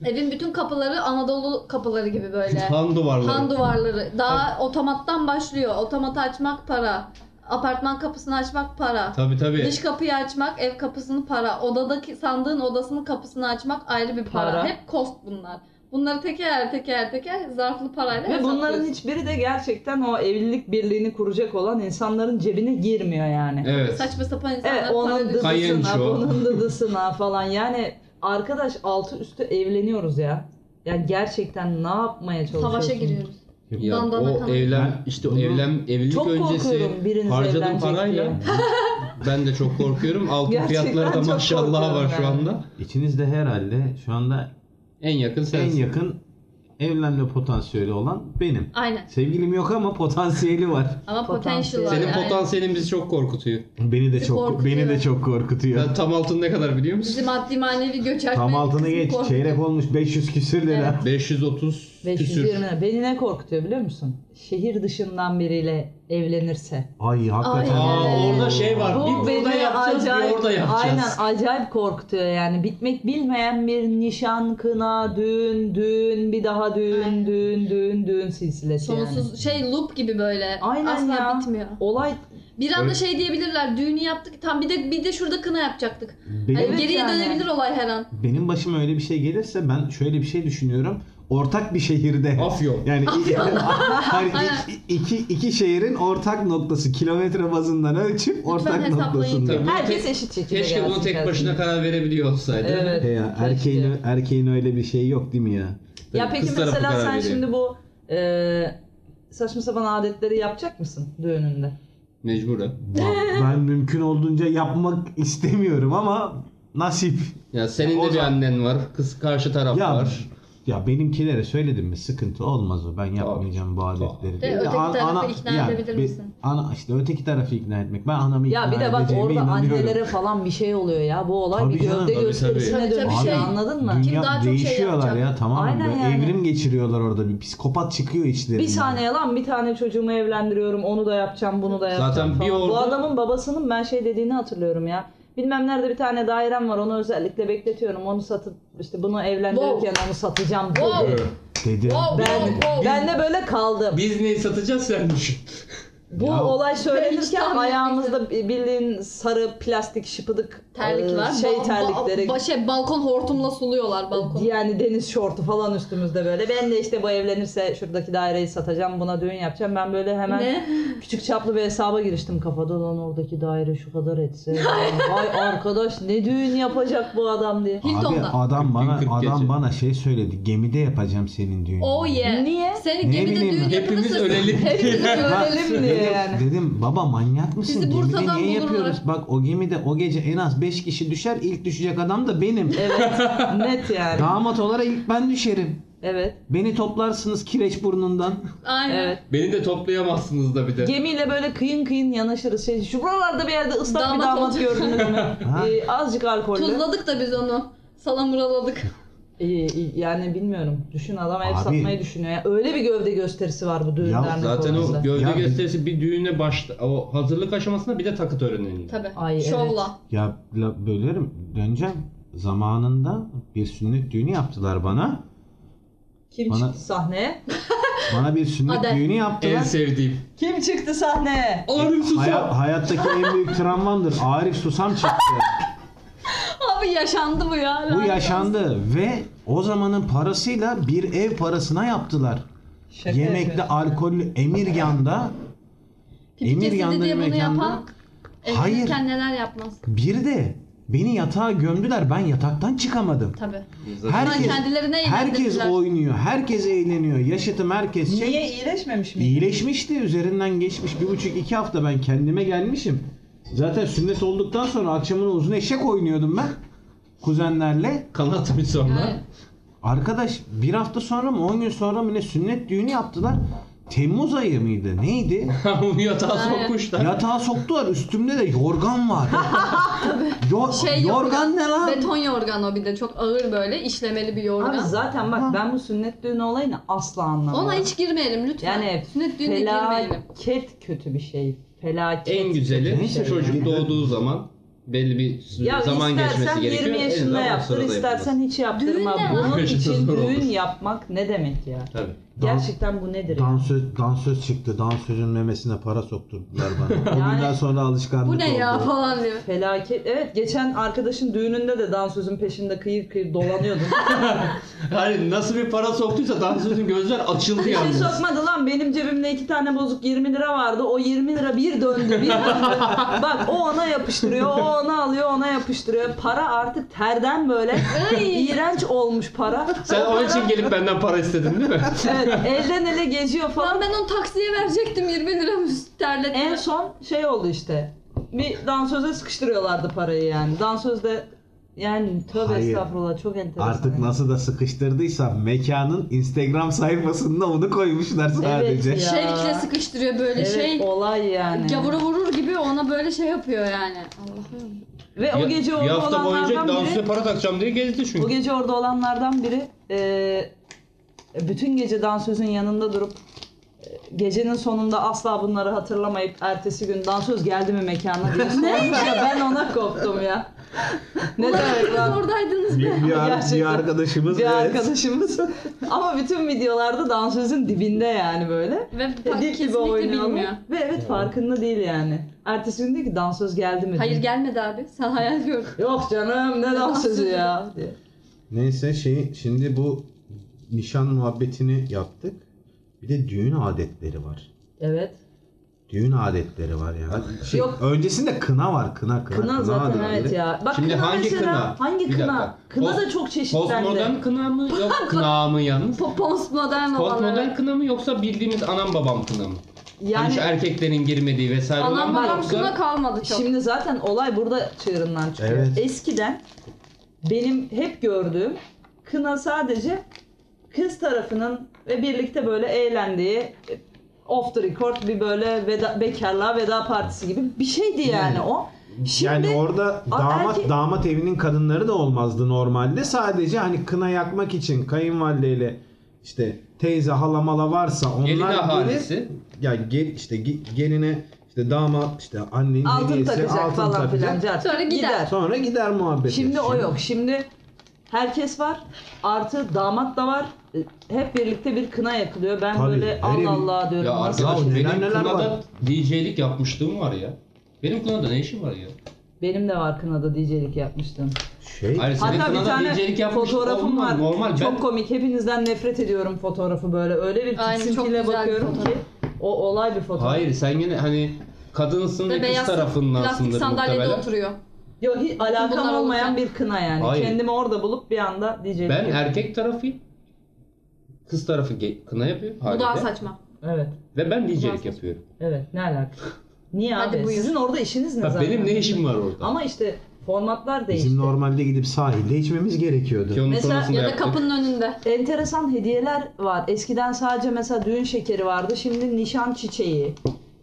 [SPEAKER 2] evin bütün kapıları Anadolu kapıları gibi böyle.
[SPEAKER 4] Han duvarları.
[SPEAKER 2] Han duvarları. Daha otomattan başlıyor. Otomatı açmak para. Apartman kapısını açmak para.
[SPEAKER 4] Tabii tabii.
[SPEAKER 2] Dış kapıyı açmak, ev kapısını para. Odadaki sandığın odasının kapısını açmak ayrı bir para.
[SPEAKER 1] Para.
[SPEAKER 2] Hep kost bunlar. Bunları teker teker teker zarflı parayla
[SPEAKER 1] Ve bunların
[SPEAKER 2] hesaplıyorsun.
[SPEAKER 1] hiçbiri de gerçekten o evlilik birliğini kuracak olan insanların cebine girmiyor yani.
[SPEAKER 4] Evet.
[SPEAKER 2] Saçma sapan insanlar
[SPEAKER 1] Evet
[SPEAKER 2] para
[SPEAKER 1] onun
[SPEAKER 2] ödüyor.
[SPEAKER 1] dıdısına,
[SPEAKER 4] Kayınço.
[SPEAKER 1] bunun dıdısına falan. Yani arkadaş altı üstü evleniyoruz ya. Yani gerçekten ne yapmaya çalışıyorsun?
[SPEAKER 2] Savaşa giriyoruz.
[SPEAKER 4] Ya
[SPEAKER 2] Dandana
[SPEAKER 4] o
[SPEAKER 2] kanalı.
[SPEAKER 4] evlen
[SPEAKER 3] Ben
[SPEAKER 4] işte o
[SPEAKER 3] bunu-
[SPEAKER 4] evlen evlilik
[SPEAKER 1] Çok
[SPEAKER 4] öncesi
[SPEAKER 1] korkuyorum biriniz
[SPEAKER 4] harcadığım
[SPEAKER 1] evlenecek
[SPEAKER 4] parayla
[SPEAKER 1] diye.
[SPEAKER 4] ben de çok korkuyorum. Altın
[SPEAKER 1] Gerçekten
[SPEAKER 4] fiyatları da
[SPEAKER 1] çok
[SPEAKER 4] maşallah var
[SPEAKER 1] korkuyorum
[SPEAKER 4] şu
[SPEAKER 1] yani.
[SPEAKER 4] anda.
[SPEAKER 3] İçinizde herhalde şu anda
[SPEAKER 4] En yakın sensin.
[SPEAKER 3] en yakın evlenme potansiyeli olan benim.
[SPEAKER 2] Aynen.
[SPEAKER 3] Sevgilim yok ama potansiyeli var.
[SPEAKER 2] Ama
[SPEAKER 1] Potansiyel.
[SPEAKER 2] potansiyel var.
[SPEAKER 4] Senin
[SPEAKER 2] yani.
[SPEAKER 4] potansiyelin bizi çok korkutuyor.
[SPEAKER 3] Beni de
[SPEAKER 2] Bizi
[SPEAKER 3] çok
[SPEAKER 2] korkutuyor.
[SPEAKER 3] beni de çok korkutuyor.
[SPEAKER 4] Ben tam altın ne kadar biliyor musun?
[SPEAKER 2] Bizi maddi manevi göçertme
[SPEAKER 3] Tam altına
[SPEAKER 2] kısmı
[SPEAKER 3] geç.
[SPEAKER 2] korkutuyor.
[SPEAKER 3] Çeyrek olmuş 500 küsür lira.
[SPEAKER 4] 530 küsür.
[SPEAKER 1] 520 Beni ne korkutuyor biliyor musun? Şehir dışından biriyle evlenirse.
[SPEAKER 3] Ay hakikaten.
[SPEAKER 4] Aa
[SPEAKER 2] Ay.
[SPEAKER 4] orada şey var. Bir burada yapacağız, bir orada yapacağız.
[SPEAKER 1] aynen acayip korkutuyor yani. Bitmek bilmeyen bir nişan, kına, düğün, düğün, bir daha düğün,
[SPEAKER 2] Aynen.
[SPEAKER 1] düğün, düğün, düğün silsilesi yani.
[SPEAKER 2] Sonsuz şey loop gibi böyle.
[SPEAKER 1] Aynen
[SPEAKER 2] Asla
[SPEAKER 1] ya.
[SPEAKER 2] bitmiyor.
[SPEAKER 1] Olay
[SPEAKER 2] Bir anda
[SPEAKER 4] Evet.
[SPEAKER 2] şey diyebilirler. Düğünü yaptık. Tam bir de bir de şurada kına yapacaktık.
[SPEAKER 3] Benim,
[SPEAKER 2] Hani
[SPEAKER 1] Evet
[SPEAKER 2] geriye
[SPEAKER 1] yani.
[SPEAKER 2] dönebilir olay her an.
[SPEAKER 3] benim başıma öyle bir şey gelirse ben şöyle bir şey düşünüyorum. Ortak bir şehirde.
[SPEAKER 4] Afyon.
[SPEAKER 3] Yani i- hani i- i- iki, iki şehrin ortak noktası kilometre bazından ölçüp ortak
[SPEAKER 2] hesaplayın.
[SPEAKER 3] noktasında.
[SPEAKER 4] Tabii.
[SPEAKER 1] herkes eşit şekilde
[SPEAKER 4] Keşke bunu
[SPEAKER 1] gelsin
[SPEAKER 4] tek
[SPEAKER 1] karşısına.
[SPEAKER 4] başına karar verebiliyor olsaydı.
[SPEAKER 1] Evet.
[SPEAKER 3] He ya,
[SPEAKER 1] keşke.
[SPEAKER 3] erkeğin, erkeğin öyle bir şey yok değil mi ya?
[SPEAKER 1] Ya
[SPEAKER 4] Tabii
[SPEAKER 1] peki
[SPEAKER 4] kız tarafı
[SPEAKER 1] mesela
[SPEAKER 4] karar
[SPEAKER 1] sen
[SPEAKER 4] veriyor.
[SPEAKER 1] şimdi bu e, saçma sapan adetleri yapacak mısın düğününde?
[SPEAKER 4] Mecburen.
[SPEAKER 3] Va- ben mümkün olduğunca yapmak istemiyorum ama nasip.
[SPEAKER 4] Ya senin
[SPEAKER 3] O
[SPEAKER 4] de bir
[SPEAKER 3] zaman-
[SPEAKER 4] annen var. Kız karşı taraf
[SPEAKER 3] Ya,
[SPEAKER 4] var.
[SPEAKER 3] ya benimkilere söyledim mi sıkıntı olmaz o. Ben yapmayacağım bu adetleri.
[SPEAKER 2] De,
[SPEAKER 3] Ya,
[SPEAKER 2] öteki
[SPEAKER 3] an-
[SPEAKER 2] tarafı ikna edebilir
[SPEAKER 3] be-
[SPEAKER 2] misin?
[SPEAKER 3] Ana, işte öteki tarafı ikna etmek. Ben anamı ikna
[SPEAKER 1] Ya bir de bak
[SPEAKER 3] edeceğime
[SPEAKER 1] orada
[SPEAKER 3] inanıyorum.
[SPEAKER 1] annelere falan bir şey oluyor ya. Bu olay
[SPEAKER 3] Tabii
[SPEAKER 1] bir
[SPEAKER 3] canım,
[SPEAKER 1] gövde
[SPEAKER 4] tabii,
[SPEAKER 1] gösterisine
[SPEAKER 2] tabii. Tabii,
[SPEAKER 1] dönüşüyor
[SPEAKER 2] tabii.
[SPEAKER 1] şey anladın mı?
[SPEAKER 2] Kim
[SPEAKER 3] Dünya
[SPEAKER 2] daha çok şey
[SPEAKER 3] değişiyorlar
[SPEAKER 2] yapacak?
[SPEAKER 3] ya tamam
[SPEAKER 1] Aynen
[SPEAKER 3] Böyle
[SPEAKER 1] yani.
[SPEAKER 3] Evrim geçiriyorlar orada. Bir psikopat çıkıyor içlerinden.
[SPEAKER 1] Bir saniye lan bir tane çocuğumu evlendiriyorum onu da yapacağım bunu da yapacağım
[SPEAKER 4] Zaten bir
[SPEAKER 1] falan. Bu
[SPEAKER 4] orada-
[SPEAKER 1] adamın babasının ben şey dediğini hatırlıyorum ya. Bilmem nerede bir tane dairem var onu özellikle bekletiyorum onu satıp işte bunu evlendirirken onu satacağım dedi.
[SPEAKER 2] Wow.
[SPEAKER 3] Dedi.
[SPEAKER 2] Wow,
[SPEAKER 1] Ben,
[SPEAKER 2] wow, wow.
[SPEAKER 1] ben de böyle kaldım.
[SPEAKER 4] Biz neyi satacağız sen düşün.
[SPEAKER 1] Bu
[SPEAKER 3] Ya-
[SPEAKER 1] olay
[SPEAKER 2] Ben hiç tahmin
[SPEAKER 1] söylenirken
[SPEAKER 2] etmedim.
[SPEAKER 1] ayağımızda bildiğin sarı plastik şıpıdık
[SPEAKER 2] terlik
[SPEAKER 1] e,
[SPEAKER 2] var.
[SPEAKER 1] şey
[SPEAKER 2] Ba- ba-
[SPEAKER 1] terlikleri
[SPEAKER 2] ba- şey, balkon hortumla suluyorlar balkonu.
[SPEAKER 1] Yani deniz şortu falan üstümüzde böyle. Ben de işte bu evlenirse şuradaki daireyi satacağım, buna düğün yapacağım. Ben böyle hemen
[SPEAKER 2] Ne?
[SPEAKER 1] küçük çaplı bir hesaba giriştim kafada. Lan oradaki daire şu kadar etse. Vay arkadaş ne düğün yapacak bu adam diye.
[SPEAKER 3] Abi
[SPEAKER 2] Hilton'da.
[SPEAKER 3] adam bana
[SPEAKER 4] 40
[SPEAKER 3] adam
[SPEAKER 4] gece.
[SPEAKER 3] bana şey söyledi. Gemide yapacağım senin düğünü.
[SPEAKER 2] Oh yeah.
[SPEAKER 1] Niye?
[SPEAKER 2] Seni
[SPEAKER 3] Ne
[SPEAKER 2] gemide
[SPEAKER 3] bileyim,
[SPEAKER 2] düğün
[SPEAKER 4] hepimiz
[SPEAKER 2] yapılırsa-
[SPEAKER 4] ölelim.
[SPEAKER 2] Hepimiz
[SPEAKER 1] Ölelim
[SPEAKER 2] ölelim.
[SPEAKER 1] diye yani.
[SPEAKER 3] Dedim baba manyak mısın?
[SPEAKER 2] Bizi
[SPEAKER 3] gemide
[SPEAKER 2] Bursa'dan
[SPEAKER 3] niye
[SPEAKER 2] bulurlar."
[SPEAKER 3] yapıyoruz? Bak o gemide o gece en az 5 kişi düşer. İlk düşecek adam da benim.
[SPEAKER 1] Evet net yani.
[SPEAKER 3] Damat olarak ilk ben düşerim.
[SPEAKER 1] Evet.
[SPEAKER 3] Beni toplarsınız kireç burnundan.
[SPEAKER 2] Aynen.
[SPEAKER 1] Evet.
[SPEAKER 4] Beni de toplayamazsınız da bir de.
[SPEAKER 1] Gemiyle böyle kıyın kıyın yanaşırız. Şey, şu buralarda bir yerde ıslak bir
[SPEAKER 2] Damat
[SPEAKER 1] damat
[SPEAKER 2] olacak.
[SPEAKER 1] gördünüz mü?
[SPEAKER 3] Ha?
[SPEAKER 1] Ee, azıcık alkollü.
[SPEAKER 2] Tuzladık da biz onu. Salamuraladık.
[SPEAKER 1] Ee, yani bilmiyorum. Düşün adam ev
[SPEAKER 3] Abi.
[SPEAKER 1] satmayı düşünüyor. Yani öyle bir gövde gösterisi var bu düğün
[SPEAKER 3] Ya
[SPEAKER 1] dernek
[SPEAKER 4] Zaten
[SPEAKER 1] olayında.
[SPEAKER 4] o gövde
[SPEAKER 3] Ya-
[SPEAKER 4] gösterisi bir düğüne başla o hazırlık aşamasında bir de takı töreninin.
[SPEAKER 2] Tabii.
[SPEAKER 1] Ay, evet.
[SPEAKER 2] Şovla.
[SPEAKER 3] Ya la- bölerim döneceğim. Zamanında bir sünnet düğünü yaptılar bana.
[SPEAKER 1] Kim
[SPEAKER 3] Bana-
[SPEAKER 1] çıktı sahneye?
[SPEAKER 3] Bana bir sünnet
[SPEAKER 2] Adel.
[SPEAKER 3] düğünü
[SPEAKER 4] En
[SPEAKER 3] yaptılar.
[SPEAKER 4] sevdiğim.
[SPEAKER 1] Kim çıktı sahneye?
[SPEAKER 4] Arif
[SPEAKER 3] Haya- hayattaki en büyük travmamdır. Arif Susam çıktı.
[SPEAKER 2] Abi yaşandı bu ya.
[SPEAKER 3] Bu
[SPEAKER 2] Lanet
[SPEAKER 3] yaşandı ve o zamanın parasıyla bir ev parasına yaptılar.
[SPEAKER 1] Şaka
[SPEAKER 3] Yemekli,
[SPEAKER 1] yapıyorsun.
[SPEAKER 3] alkollü Emirgan'da
[SPEAKER 2] Pipi
[SPEAKER 3] Emir
[SPEAKER 2] kesildi
[SPEAKER 3] yandı
[SPEAKER 2] diye bunu
[SPEAKER 3] mekanda.
[SPEAKER 2] yapan
[SPEAKER 3] Hayır.
[SPEAKER 2] evlenirken neler yapmaz.
[SPEAKER 3] bir de beni yatağa gömdüler. Ben yataktan çıkamadım.
[SPEAKER 2] Tabii.
[SPEAKER 4] Her...
[SPEAKER 2] Ama
[SPEAKER 3] Herkes,
[SPEAKER 2] kendilerine
[SPEAKER 3] herkes
[SPEAKER 2] eğlendirdiler.
[SPEAKER 3] oynuyor. Herkes eğleniyor. Yaşıtım herkes. şey-
[SPEAKER 1] Niye iyileşmemiş mi?
[SPEAKER 3] İyileşmişti. Üzerinden geçmiş bir buçuk iki hafta ben kendime gelmişim. Zaten sünnet olduktan sonra akşamına uzun eşek oynuyordum ben. Kuzenlerle.
[SPEAKER 4] Kanat bir sonra.
[SPEAKER 2] Yani
[SPEAKER 3] Arkadaş bir hafta sonra mı 10 gün sonra mı ne sünnet düğünü yaptılar. Temmuz ayı mıydı neydi?
[SPEAKER 4] Onu yatağa
[SPEAKER 2] Aynen.
[SPEAKER 4] sokmuşlar.
[SPEAKER 3] Yatağa soktular üstümde de yorgan var. Yo-
[SPEAKER 2] Şey yok
[SPEAKER 3] yorgan ne lan?
[SPEAKER 2] Beton yorgan o bir de çok ağır böyle işlemeli bir yorgan.
[SPEAKER 1] Abi zaten bak
[SPEAKER 3] Ha.
[SPEAKER 1] ben bu sünnet düğünü olayını asla anlamıyorum.
[SPEAKER 2] Ona hiç girmeyelim lütfen.
[SPEAKER 1] Yani
[SPEAKER 2] Sünnet düğününe girmeyelim.
[SPEAKER 1] felaket kötü bir şey. Felaket. şey.
[SPEAKER 4] En güzeli
[SPEAKER 3] Neyse,
[SPEAKER 4] çocuk
[SPEAKER 3] yani.
[SPEAKER 4] doğduğu zaman belli bir
[SPEAKER 1] Ya
[SPEAKER 4] zaman
[SPEAKER 1] istersen
[SPEAKER 4] geçmesi
[SPEAKER 1] 20
[SPEAKER 4] gerekiyor. En
[SPEAKER 1] yaşında
[SPEAKER 4] azından o
[SPEAKER 1] yaptır,
[SPEAKER 4] sırada
[SPEAKER 1] istersen
[SPEAKER 4] yapılmaz.
[SPEAKER 1] hiç yaptırma.
[SPEAKER 2] Düğün ne lan?
[SPEAKER 1] Bunun
[SPEAKER 4] Yaşasın
[SPEAKER 1] için
[SPEAKER 4] zor olur.
[SPEAKER 1] düğün yapmak ne demek ya?
[SPEAKER 4] Tabii.
[SPEAKER 1] Gerçekten bu nedir ya?
[SPEAKER 3] Dansöz, dansöz çıktı. Dansözün memesine para sokturdular bana. O
[SPEAKER 1] Yani-
[SPEAKER 3] günden sonra alışkanlık
[SPEAKER 2] Bu ne ya
[SPEAKER 3] oldu.
[SPEAKER 2] falan diyor.
[SPEAKER 1] Felaket. Evet geçen arkadaşın düğününde de dansözün peşinde kıyır kıyır dolanıyordum.
[SPEAKER 4] Hani nasıl bir para soktuysa dansözün gözler açıldı
[SPEAKER 1] Bir şey
[SPEAKER 4] yalnız.
[SPEAKER 1] sokmadı lan benim cebimde iki tane bozuk 20 lira vardı. O 20 lira bir döndü bir döndü. Bak o ona yapıştırıyor, o ona alıyor, ona yapıştırıyor. Para artık terden böyle iğrenç olmuş para.
[SPEAKER 4] Sen onun için gelip benden para istedin değil mi?
[SPEAKER 1] Evet elden ele geziyor falan.
[SPEAKER 2] Lan ben onu taksiye verecektim 20 lira terletme.
[SPEAKER 1] En son şey oldu işte. Bir dansöze sıkıştırıyorlardı parayı yani. Dansözde yani tövbe
[SPEAKER 3] Hayır.
[SPEAKER 1] estağfurullah çok enteresan.
[SPEAKER 3] Artık
[SPEAKER 1] yani.
[SPEAKER 3] nasıl da sıkıştırdıysa mekanın Instagram sayfasında onu koymuşlar sadece.
[SPEAKER 1] ya.
[SPEAKER 2] Şevkle sıkıştırıyor böyle
[SPEAKER 1] Evet,
[SPEAKER 2] şey.
[SPEAKER 1] olay yani.
[SPEAKER 2] Gavura vurur gibi ona böyle şey yapıyor yani. Allah'ım.
[SPEAKER 1] Ve o gece
[SPEAKER 4] bir
[SPEAKER 1] orada
[SPEAKER 4] hafta boyunca
[SPEAKER 1] olanlardan biri
[SPEAKER 4] dansöze para takacağım diye gezdi çünkü.
[SPEAKER 1] o gece orada olanlardan biri e, bütün gece dansözün yanında durup e, gecenin sonunda asla bunları hatırlamayıp ertesi gün dansöz geldi mi mekana diye sorunca ben ona koptum ya. ne demek
[SPEAKER 2] Siz
[SPEAKER 1] lan?
[SPEAKER 2] oradaydınız be.
[SPEAKER 3] Bir, bir ar-
[SPEAKER 1] Gerçekten.
[SPEAKER 3] bir arkadaşımız
[SPEAKER 1] bir
[SPEAKER 3] evet.
[SPEAKER 1] arkadaşımız. Ama bütün videolarda dansözün dibinde yani böyle.
[SPEAKER 2] Ve bak,
[SPEAKER 1] Dip gibi
[SPEAKER 2] kesinlikle
[SPEAKER 1] oynuyor.
[SPEAKER 2] bilmiyor.
[SPEAKER 1] Ve evet farkında değil yani. Ertesi gün diyor ki dansöz geldi mi?
[SPEAKER 2] Hayır
[SPEAKER 1] diyor.
[SPEAKER 2] gelmedi abi. Sen hayal gördün.
[SPEAKER 1] Yok canım ne dansözü ya diye.
[SPEAKER 3] Neyse şey şimdi bu nişan muhabbetini yaptık. Bir de düğün adetleri var.
[SPEAKER 1] Evet.
[SPEAKER 3] Düğün adetleri var ya. Şey,
[SPEAKER 1] Yok.
[SPEAKER 3] Öncesinde kına var. Kına kına.
[SPEAKER 1] Kına, zaten
[SPEAKER 3] adetleri.
[SPEAKER 1] evet ya. Bak
[SPEAKER 4] Şimdi
[SPEAKER 1] kına
[SPEAKER 4] hangi
[SPEAKER 1] mesela
[SPEAKER 4] kına?
[SPEAKER 1] hangi
[SPEAKER 4] Bir
[SPEAKER 1] kına?
[SPEAKER 4] dakika.
[SPEAKER 1] Kına da
[SPEAKER 4] Post-
[SPEAKER 1] çok çeşitlendi.
[SPEAKER 4] Postmodern kına mı yok kına mı yalnız?
[SPEAKER 2] Po- Postmodern
[SPEAKER 4] Postmodern
[SPEAKER 2] olanlar.
[SPEAKER 4] kına mı yoksa bildiğimiz anam babam kına mı? Yani
[SPEAKER 1] Yani
[SPEAKER 4] Hani şu erkeklerin girmediği vesaire olan
[SPEAKER 2] Anam
[SPEAKER 4] mı
[SPEAKER 2] babam
[SPEAKER 4] yoksa-
[SPEAKER 2] kına kalmadı çok.
[SPEAKER 1] şimdi zaten olay burada çığırından çıkıyor.
[SPEAKER 3] Evet.
[SPEAKER 1] Eskiden benim hep gördüğüm kına sadece kız tarafının ve birlikte böyle eğlendiği e, off the record bir böyle veda, bekarlığa veda partisi gibi bir şeydi yani,
[SPEAKER 3] Yani.
[SPEAKER 1] o. Şimdi
[SPEAKER 3] yani orada
[SPEAKER 1] A-
[SPEAKER 3] damat
[SPEAKER 1] erkek-
[SPEAKER 3] damat evinin kadınları da olmazdı normalde. Sadece hani kına yakmak için kayınvalideyle işte teyze hala mala varsa onlar
[SPEAKER 4] Gelin
[SPEAKER 3] gelir.
[SPEAKER 4] ahalisi.
[SPEAKER 3] Ya gel işte ge- geline işte damat işte annenin
[SPEAKER 1] altın
[SPEAKER 3] hediyesi
[SPEAKER 1] takacak
[SPEAKER 3] altın
[SPEAKER 1] falan
[SPEAKER 3] takacak.
[SPEAKER 1] filan. cart.
[SPEAKER 2] Sonra gider.
[SPEAKER 3] Sonra gider muhabbet.
[SPEAKER 1] Şimdi o yok. Şimdi herkes var. Artı damat da var. E, Hep birlikte bir kına yakılıyor. Ben
[SPEAKER 3] Tabii,
[SPEAKER 1] böyle
[SPEAKER 3] her ev-
[SPEAKER 1] Allah Allah diyorum.
[SPEAKER 4] Ya
[SPEAKER 1] Nasıl-
[SPEAKER 4] arkadaş
[SPEAKER 3] Ya neler
[SPEAKER 4] benim
[SPEAKER 3] neler
[SPEAKER 4] kınada
[SPEAKER 3] var.
[SPEAKER 4] DJ'lik yapmışlığım var ya. Benim kınada ne işim var ya?
[SPEAKER 1] Benim de var kınada DJ'lik yapmıştım.
[SPEAKER 3] Şey
[SPEAKER 4] Hayır senin
[SPEAKER 1] Hatta bir
[SPEAKER 4] kınada DJ'lik
[SPEAKER 1] tane
[SPEAKER 4] yapmış
[SPEAKER 1] fotoğrafım
[SPEAKER 4] olman
[SPEAKER 1] var.
[SPEAKER 4] Normal
[SPEAKER 1] çok
[SPEAKER 4] ben
[SPEAKER 1] komik. Hepinizden nefret ediyorum fotoğrafı böyle. Öyle bir
[SPEAKER 2] Aynen, çok
[SPEAKER 1] tiksintiyle
[SPEAKER 2] güzel bir
[SPEAKER 1] bakıyorum
[SPEAKER 2] fotoğraf.
[SPEAKER 1] ki o olay bir fotoğraf.
[SPEAKER 4] Hayır sen yine hani kadınsın ve,
[SPEAKER 2] Ve
[SPEAKER 4] kız
[SPEAKER 2] beyaz plastik
[SPEAKER 4] tarafındansındır
[SPEAKER 2] sandalyede
[SPEAKER 4] muhtemelen.
[SPEAKER 2] oturuyor.
[SPEAKER 1] Yo hiç alakam
[SPEAKER 2] bunlar
[SPEAKER 1] olmayan
[SPEAKER 2] olacak.
[SPEAKER 1] bir kına yani.
[SPEAKER 4] Hayır.
[SPEAKER 1] Kendimi orada bulup bir anda DJ'lik
[SPEAKER 4] Ben
[SPEAKER 1] yapıyorum.
[SPEAKER 4] erkek tarafıyım. Kız tarafı ge- kına yapıyor
[SPEAKER 2] Bu daha
[SPEAKER 4] haliyle.
[SPEAKER 2] saçma.
[SPEAKER 1] Evet.
[SPEAKER 4] Ve ben
[SPEAKER 2] daha
[SPEAKER 4] DJ'lik
[SPEAKER 2] saçma.
[SPEAKER 4] yapıyorum.
[SPEAKER 1] Evet. Ne alaka? Niye
[SPEAKER 2] Hadi
[SPEAKER 1] abi?
[SPEAKER 2] buyur.
[SPEAKER 1] Sizin orada işiniz ne
[SPEAKER 4] Ha,
[SPEAKER 1] zaten?
[SPEAKER 4] benim ne işim var orada?
[SPEAKER 1] Ama işte Formatlar değişti.
[SPEAKER 3] Bizim normalde gidip sahilde içmemiz gerekiyordu.
[SPEAKER 4] Ki onun
[SPEAKER 1] Mesela-
[SPEAKER 4] sonrasında
[SPEAKER 2] Ya da
[SPEAKER 4] yaptık.
[SPEAKER 2] kapının önünde.
[SPEAKER 1] enteresan hediyeler var. Eskiden sadece mesela düğün şekeri vardı. Şimdi nişan çiçeği.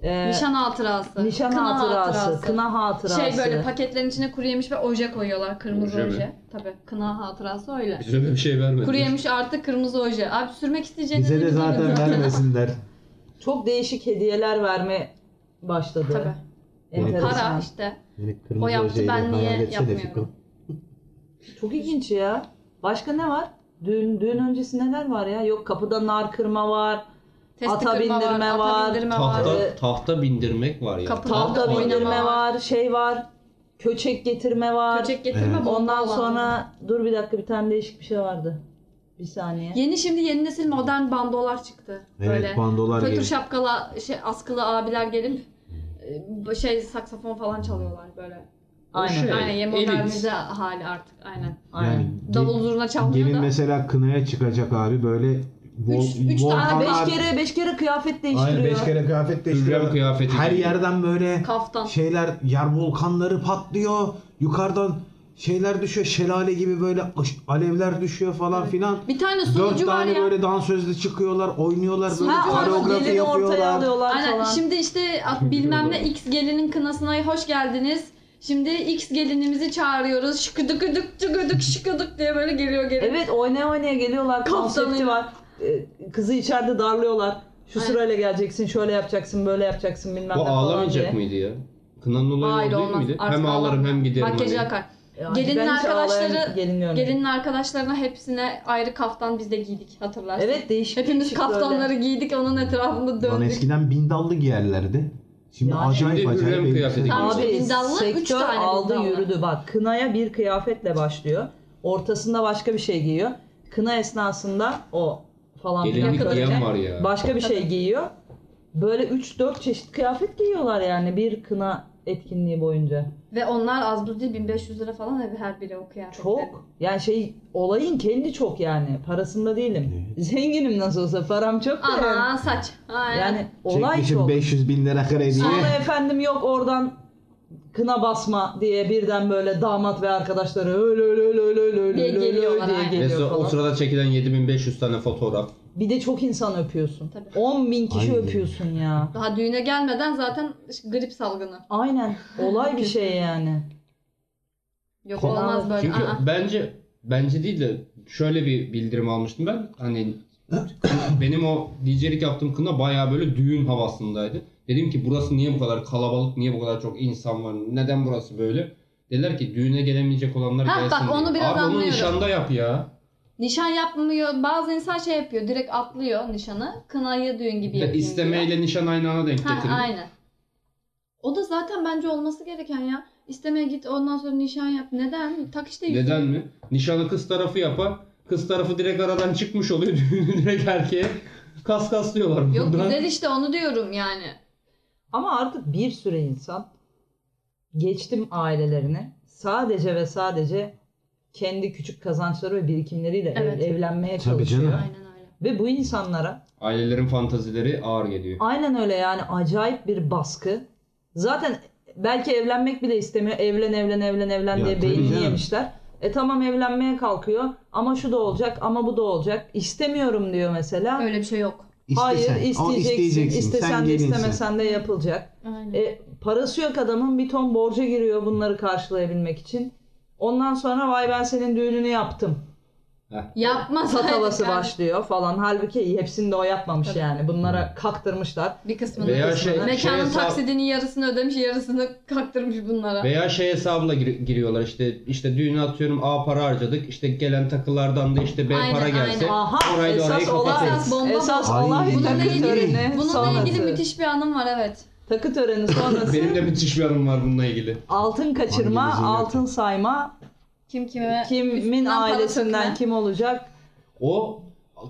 [SPEAKER 1] Ee,
[SPEAKER 2] Nişan hatırası.
[SPEAKER 1] nişan
[SPEAKER 2] kına
[SPEAKER 1] hatırası, kına hatırası.
[SPEAKER 2] Şey böyle paketlerin içine kuru yemiş ve oje koyuyorlar. Kırmızı
[SPEAKER 4] Oje mi?
[SPEAKER 2] oje. Tabii kına hatırası öyle.
[SPEAKER 4] Bize öyle bir şey vermedi.
[SPEAKER 2] Kuru yemiş artı kırmızı oje. Abi sürmek isteyeceğiniz
[SPEAKER 3] Bize de
[SPEAKER 2] ucuna
[SPEAKER 3] zaten
[SPEAKER 2] götürün.
[SPEAKER 3] vermesinler.
[SPEAKER 1] Çok değişik hediyeler verme başladı.
[SPEAKER 2] Tabii.
[SPEAKER 1] Enteresan.
[SPEAKER 2] Para işte.
[SPEAKER 3] Yani
[SPEAKER 2] O
[SPEAKER 3] kırmızı
[SPEAKER 2] yaptı
[SPEAKER 3] ojeyi de
[SPEAKER 2] ben niye
[SPEAKER 3] hayal etse de
[SPEAKER 2] yapmıyorum.
[SPEAKER 1] Çok ilginç ya. Başka ne var? Düğün, düğün öncesi neler var ya? Yok kapıda nar kırma var.
[SPEAKER 2] Testi
[SPEAKER 1] Ata
[SPEAKER 2] kırma
[SPEAKER 1] bindirme
[SPEAKER 2] var,
[SPEAKER 1] var.
[SPEAKER 2] Ata bindirme var.
[SPEAKER 1] Tahta-
[SPEAKER 4] Tahta, tahta bindirmek var ya.
[SPEAKER 2] Kapıda
[SPEAKER 1] Tavda
[SPEAKER 2] Oynama
[SPEAKER 1] bindirme
[SPEAKER 2] var.
[SPEAKER 1] var. Şey var. Köçek getirme var.
[SPEAKER 2] Köçek getirme
[SPEAKER 3] Evet.
[SPEAKER 2] bomba
[SPEAKER 1] Ondan
[SPEAKER 2] olan.
[SPEAKER 1] sonra dur bir dakika bir tane değişik bir şey vardı. Bir saniye.
[SPEAKER 2] Yeni şimdi yeni nesil modern bandolar çıktı.
[SPEAKER 3] Evet
[SPEAKER 2] Böyle.
[SPEAKER 3] bandolar
[SPEAKER 2] Fötür
[SPEAKER 3] gelir.
[SPEAKER 2] şapkalı şey askılı abiler gelip e, şey saksafon falan çalıyorlar böyle.
[SPEAKER 4] O
[SPEAKER 1] Aynen.
[SPEAKER 4] şey,
[SPEAKER 2] Aynen ya
[SPEAKER 4] elit.
[SPEAKER 2] modernize hali artık aynen.
[SPEAKER 1] Aynen.
[SPEAKER 3] ge-
[SPEAKER 2] Davul zurna çalmıyor
[SPEAKER 3] gelin
[SPEAKER 2] da.
[SPEAKER 3] mesela kınaya çıkacak abi böyle bol,
[SPEAKER 2] Üç- üç
[SPEAKER 3] bol
[SPEAKER 2] tane,
[SPEAKER 1] Aa,
[SPEAKER 3] halat-
[SPEAKER 1] beş kere beş kere kıyafet değiştiriyor.
[SPEAKER 3] Aynen 5 kere kıyafet
[SPEAKER 4] Hürrem
[SPEAKER 3] değiştiriyor.
[SPEAKER 4] kıyafeti.
[SPEAKER 3] Her
[SPEAKER 4] gibi.
[SPEAKER 3] yerden böyle
[SPEAKER 2] Kaftan.
[SPEAKER 3] şeyler yer volkanları patlıyor. Yukarıdan şeyler düşüyor. Şelale gibi böyle aş- alevler düşüyor falan filan.
[SPEAKER 2] Bir tane
[SPEAKER 3] Dört
[SPEAKER 2] sunucu var
[SPEAKER 3] tane
[SPEAKER 2] ya.
[SPEAKER 3] böyle dansözlü çıkıyorlar, oynuyorlar böyle
[SPEAKER 2] Ha, orada
[SPEAKER 3] koreografi
[SPEAKER 1] gelini ortaya
[SPEAKER 3] yapıyorlar.
[SPEAKER 1] alıyorlar
[SPEAKER 2] Aynen
[SPEAKER 1] falan.
[SPEAKER 2] şimdi işte at- bilmem ne X gelinin kınasına hoş geldiniz. Şimdi X gelinimizi çağırıyoruz. Şıkıdıkıdık çıkıdık şıkıdık diye böyle geliyor geliyor.
[SPEAKER 1] Evet oynaya oynaya geliyorlar.
[SPEAKER 2] Kaptanı-
[SPEAKER 1] Konsepti var. Ee, Kızı içeride darlıyorlar. Şu
[SPEAKER 2] Aynen.
[SPEAKER 1] sırayla geleceksin, şöyle yapacaksın, böyle yapacaksın bilmem ne
[SPEAKER 4] Bu
[SPEAKER 1] falan
[SPEAKER 4] ağlamayacak
[SPEAKER 1] diye.
[SPEAKER 4] mıydı ya? Kınanın olayı
[SPEAKER 2] Hayır
[SPEAKER 4] o değil
[SPEAKER 2] olmaz.
[SPEAKER 4] miydi?
[SPEAKER 2] Artık
[SPEAKER 4] hem ağlarım
[SPEAKER 2] ağlamıyor.
[SPEAKER 4] hem giderim.
[SPEAKER 2] Makyajı
[SPEAKER 4] hani.
[SPEAKER 2] akar.
[SPEAKER 1] Yani
[SPEAKER 2] Gelinin
[SPEAKER 1] ben hiç ağlayan
[SPEAKER 2] arkadaşları-
[SPEAKER 1] gelin görmedim.
[SPEAKER 2] Gelinin arkadaşlarına hepsine ayrı kaftan biz de giydik hatırlarsın.
[SPEAKER 1] Evet değişik.
[SPEAKER 2] Hepimiz
[SPEAKER 1] değişik
[SPEAKER 2] kaftanları
[SPEAKER 1] böyle.
[SPEAKER 2] giydik onun etrafında
[SPEAKER 3] Lan
[SPEAKER 2] döndük.
[SPEAKER 3] eskiden bindallı giyerlerdi. Şimdi
[SPEAKER 1] Yani-
[SPEAKER 3] acayip
[SPEAKER 4] Şimdi
[SPEAKER 3] acayip.
[SPEAKER 4] Hürrem
[SPEAKER 3] elbise-
[SPEAKER 4] kıyafeti giyiyor.
[SPEAKER 1] Abi
[SPEAKER 2] Bindallı, üç
[SPEAKER 1] sektör
[SPEAKER 2] tane
[SPEAKER 1] aldı
[SPEAKER 2] bindallı.
[SPEAKER 1] yürüdü. Bak kınaya bir kıyafetle başlıyor. Ortasında başka bir şey giyiyor. Kına esnasında o falan filan
[SPEAKER 4] Gelinlik
[SPEAKER 2] Yakaladı.
[SPEAKER 4] giyen
[SPEAKER 1] böyle
[SPEAKER 4] var ya.
[SPEAKER 1] başka bir şey
[SPEAKER 2] Tabii.
[SPEAKER 1] giyiyor. Böyle 3-4 çeşit kıyafet giyiyorlar yani bir kına etkinliği boyunca.
[SPEAKER 2] Ve onlar az buz değil 1500 lira falan evi her biri o kıyafette.
[SPEAKER 1] Çok. Yani şey olayın kendi çok yani. Parasında değilim. Zenginim nasıl olsa param çok da yani.
[SPEAKER 2] Aman saç. Aynen.
[SPEAKER 1] Yani olay
[SPEAKER 3] Çekmişim
[SPEAKER 1] çok.
[SPEAKER 3] 500 bin lira krediye.
[SPEAKER 1] Sonra efendim yok oradan kına basma diye birden böyle damat ve arkadaşları öyle öyle öyle öyle öyle öyle
[SPEAKER 2] Diye
[SPEAKER 1] öyle öyle
[SPEAKER 2] geliyorlar,
[SPEAKER 1] diye
[SPEAKER 2] aynen.
[SPEAKER 4] Ve
[SPEAKER 1] geliyor
[SPEAKER 4] sonra o
[SPEAKER 1] falan.
[SPEAKER 4] sırada çekilen 7500 tane fotoğraf.
[SPEAKER 1] Bir de çok insan öpüyorsun.
[SPEAKER 2] Tabii.
[SPEAKER 1] 10 bin kişi
[SPEAKER 3] Aynen.
[SPEAKER 1] öpüyorsun ya.
[SPEAKER 2] Daha düğüne gelmeden zaten grip salgını.
[SPEAKER 1] Aynen. Olay bir şey yani.
[SPEAKER 2] Yok
[SPEAKER 1] Kolay.
[SPEAKER 2] olmaz böyle.
[SPEAKER 4] Çünkü
[SPEAKER 2] Aa.
[SPEAKER 4] bence bence değil de şöyle bir bildirim almıştım ben. Hani benim o DJ'lik yaptığım kına bayağı böyle düğün havasındaydı. Dedim ki burası niye bu kadar kalabalık, niye bu kadar çok insan var, neden burası böyle? Dediler ki düğüne gelemeyecek olanlar
[SPEAKER 2] Ha,
[SPEAKER 4] gelsin
[SPEAKER 2] bak, onu
[SPEAKER 4] diye.
[SPEAKER 2] biraz
[SPEAKER 4] Abi onu
[SPEAKER 2] anlıyorum.
[SPEAKER 4] nişanda yap ya.
[SPEAKER 2] Nişan yapmıyor. Bazı insan şey yapıyor. Direkt atlıyor nişanı. Kınayı düğün gibi
[SPEAKER 4] Ve
[SPEAKER 2] yapıyor.
[SPEAKER 4] istemeyle nişan aynı ana denk
[SPEAKER 2] Ha
[SPEAKER 4] getirin.
[SPEAKER 2] aynen. O da zaten bence olması gereken ya. İstemeye git ondan sonra nişan yap. Neden? Tak işte yüzüğü.
[SPEAKER 4] Neden mi? Nişanı kız tarafı yapar. Kız tarafı direkt aradan çıkmış oluyor. Düğünü direkt erkeğe kas kas diyorlar.
[SPEAKER 2] Yok
[SPEAKER 4] buradan.
[SPEAKER 2] güzel işte onu diyorum yani.
[SPEAKER 1] Ama artık bir süre insan geçtim ailelerini sadece ve sadece kendi küçük kazançları ve birikimleriyle ev-
[SPEAKER 2] Evet.
[SPEAKER 1] evlenmeye
[SPEAKER 3] Tabii
[SPEAKER 1] çalışıyor.
[SPEAKER 3] canım.
[SPEAKER 2] Aynen öyle.
[SPEAKER 1] Ve bu insanlara
[SPEAKER 4] Ailelerin fantazileri ağır geliyor.
[SPEAKER 1] Aynen öyle yani acayip bir baskı. Zaten belki evlenmek bile istemiyor. Evlen evlen evlen evlen
[SPEAKER 3] Ya
[SPEAKER 1] diye
[SPEAKER 3] tabii
[SPEAKER 1] beynini
[SPEAKER 3] canım.
[SPEAKER 1] yemişler. E tamam evlenmeye kalkıyor ama şu da olacak ama bu da olacak. İstemiyorum diyor mesela.
[SPEAKER 2] Öyle bir şey yok.
[SPEAKER 3] İstesen,
[SPEAKER 1] Hayır
[SPEAKER 3] ama
[SPEAKER 1] isteyeceksin.
[SPEAKER 3] isteyeceksin.
[SPEAKER 1] İstesen
[SPEAKER 3] Sen
[SPEAKER 1] de
[SPEAKER 3] gelinsin.
[SPEAKER 1] istemesen de yapılacak.
[SPEAKER 2] Aynen.
[SPEAKER 1] E, parası yok adamın bir ton borca giriyor bunları karşılayabilmek için. Ondan sonra vay ben senin düğününü yaptım.
[SPEAKER 2] Yapma
[SPEAKER 1] Sat havası
[SPEAKER 2] Yani
[SPEAKER 1] başlıyor falan. Halbuki hepsini de o yapmamış
[SPEAKER 2] Tabii.
[SPEAKER 1] yani. Bunlara kaktırmışlar.
[SPEAKER 2] Bir kısmını.
[SPEAKER 4] Veya
[SPEAKER 1] kısmını.
[SPEAKER 4] şey, şey
[SPEAKER 2] Mekanın
[SPEAKER 4] hesap-
[SPEAKER 2] taksidinin yarısını ödemiş yarısını kaktırmış bunlara.
[SPEAKER 4] veya şey hesabına gir- giriyorlar işte işte düğüne atıyorum A para harcadık işte gelen takılardan da işte B
[SPEAKER 2] Aynen,
[SPEAKER 4] para gelse
[SPEAKER 1] Aha
[SPEAKER 4] orayı da orayı
[SPEAKER 1] esas olay
[SPEAKER 4] kapatırız.
[SPEAKER 2] Esas bomba
[SPEAKER 1] esas
[SPEAKER 2] bu.
[SPEAKER 1] olay
[SPEAKER 3] Ay.
[SPEAKER 1] takı
[SPEAKER 2] Bununla
[SPEAKER 1] töreni
[SPEAKER 2] ilgili, bununla
[SPEAKER 1] sonrası.
[SPEAKER 2] ilgili müthiş bir anım var evet.
[SPEAKER 1] Takı töreni sonrası
[SPEAKER 4] Benim de müthiş bir anım var bununla ilgili.
[SPEAKER 1] altın kaçırma,
[SPEAKER 3] Ay, güzel
[SPEAKER 1] altın sayma,
[SPEAKER 2] Kim kime
[SPEAKER 1] kimin
[SPEAKER 2] üstünden para
[SPEAKER 1] ailesinden
[SPEAKER 2] sökme.
[SPEAKER 1] kim olacak?
[SPEAKER 4] O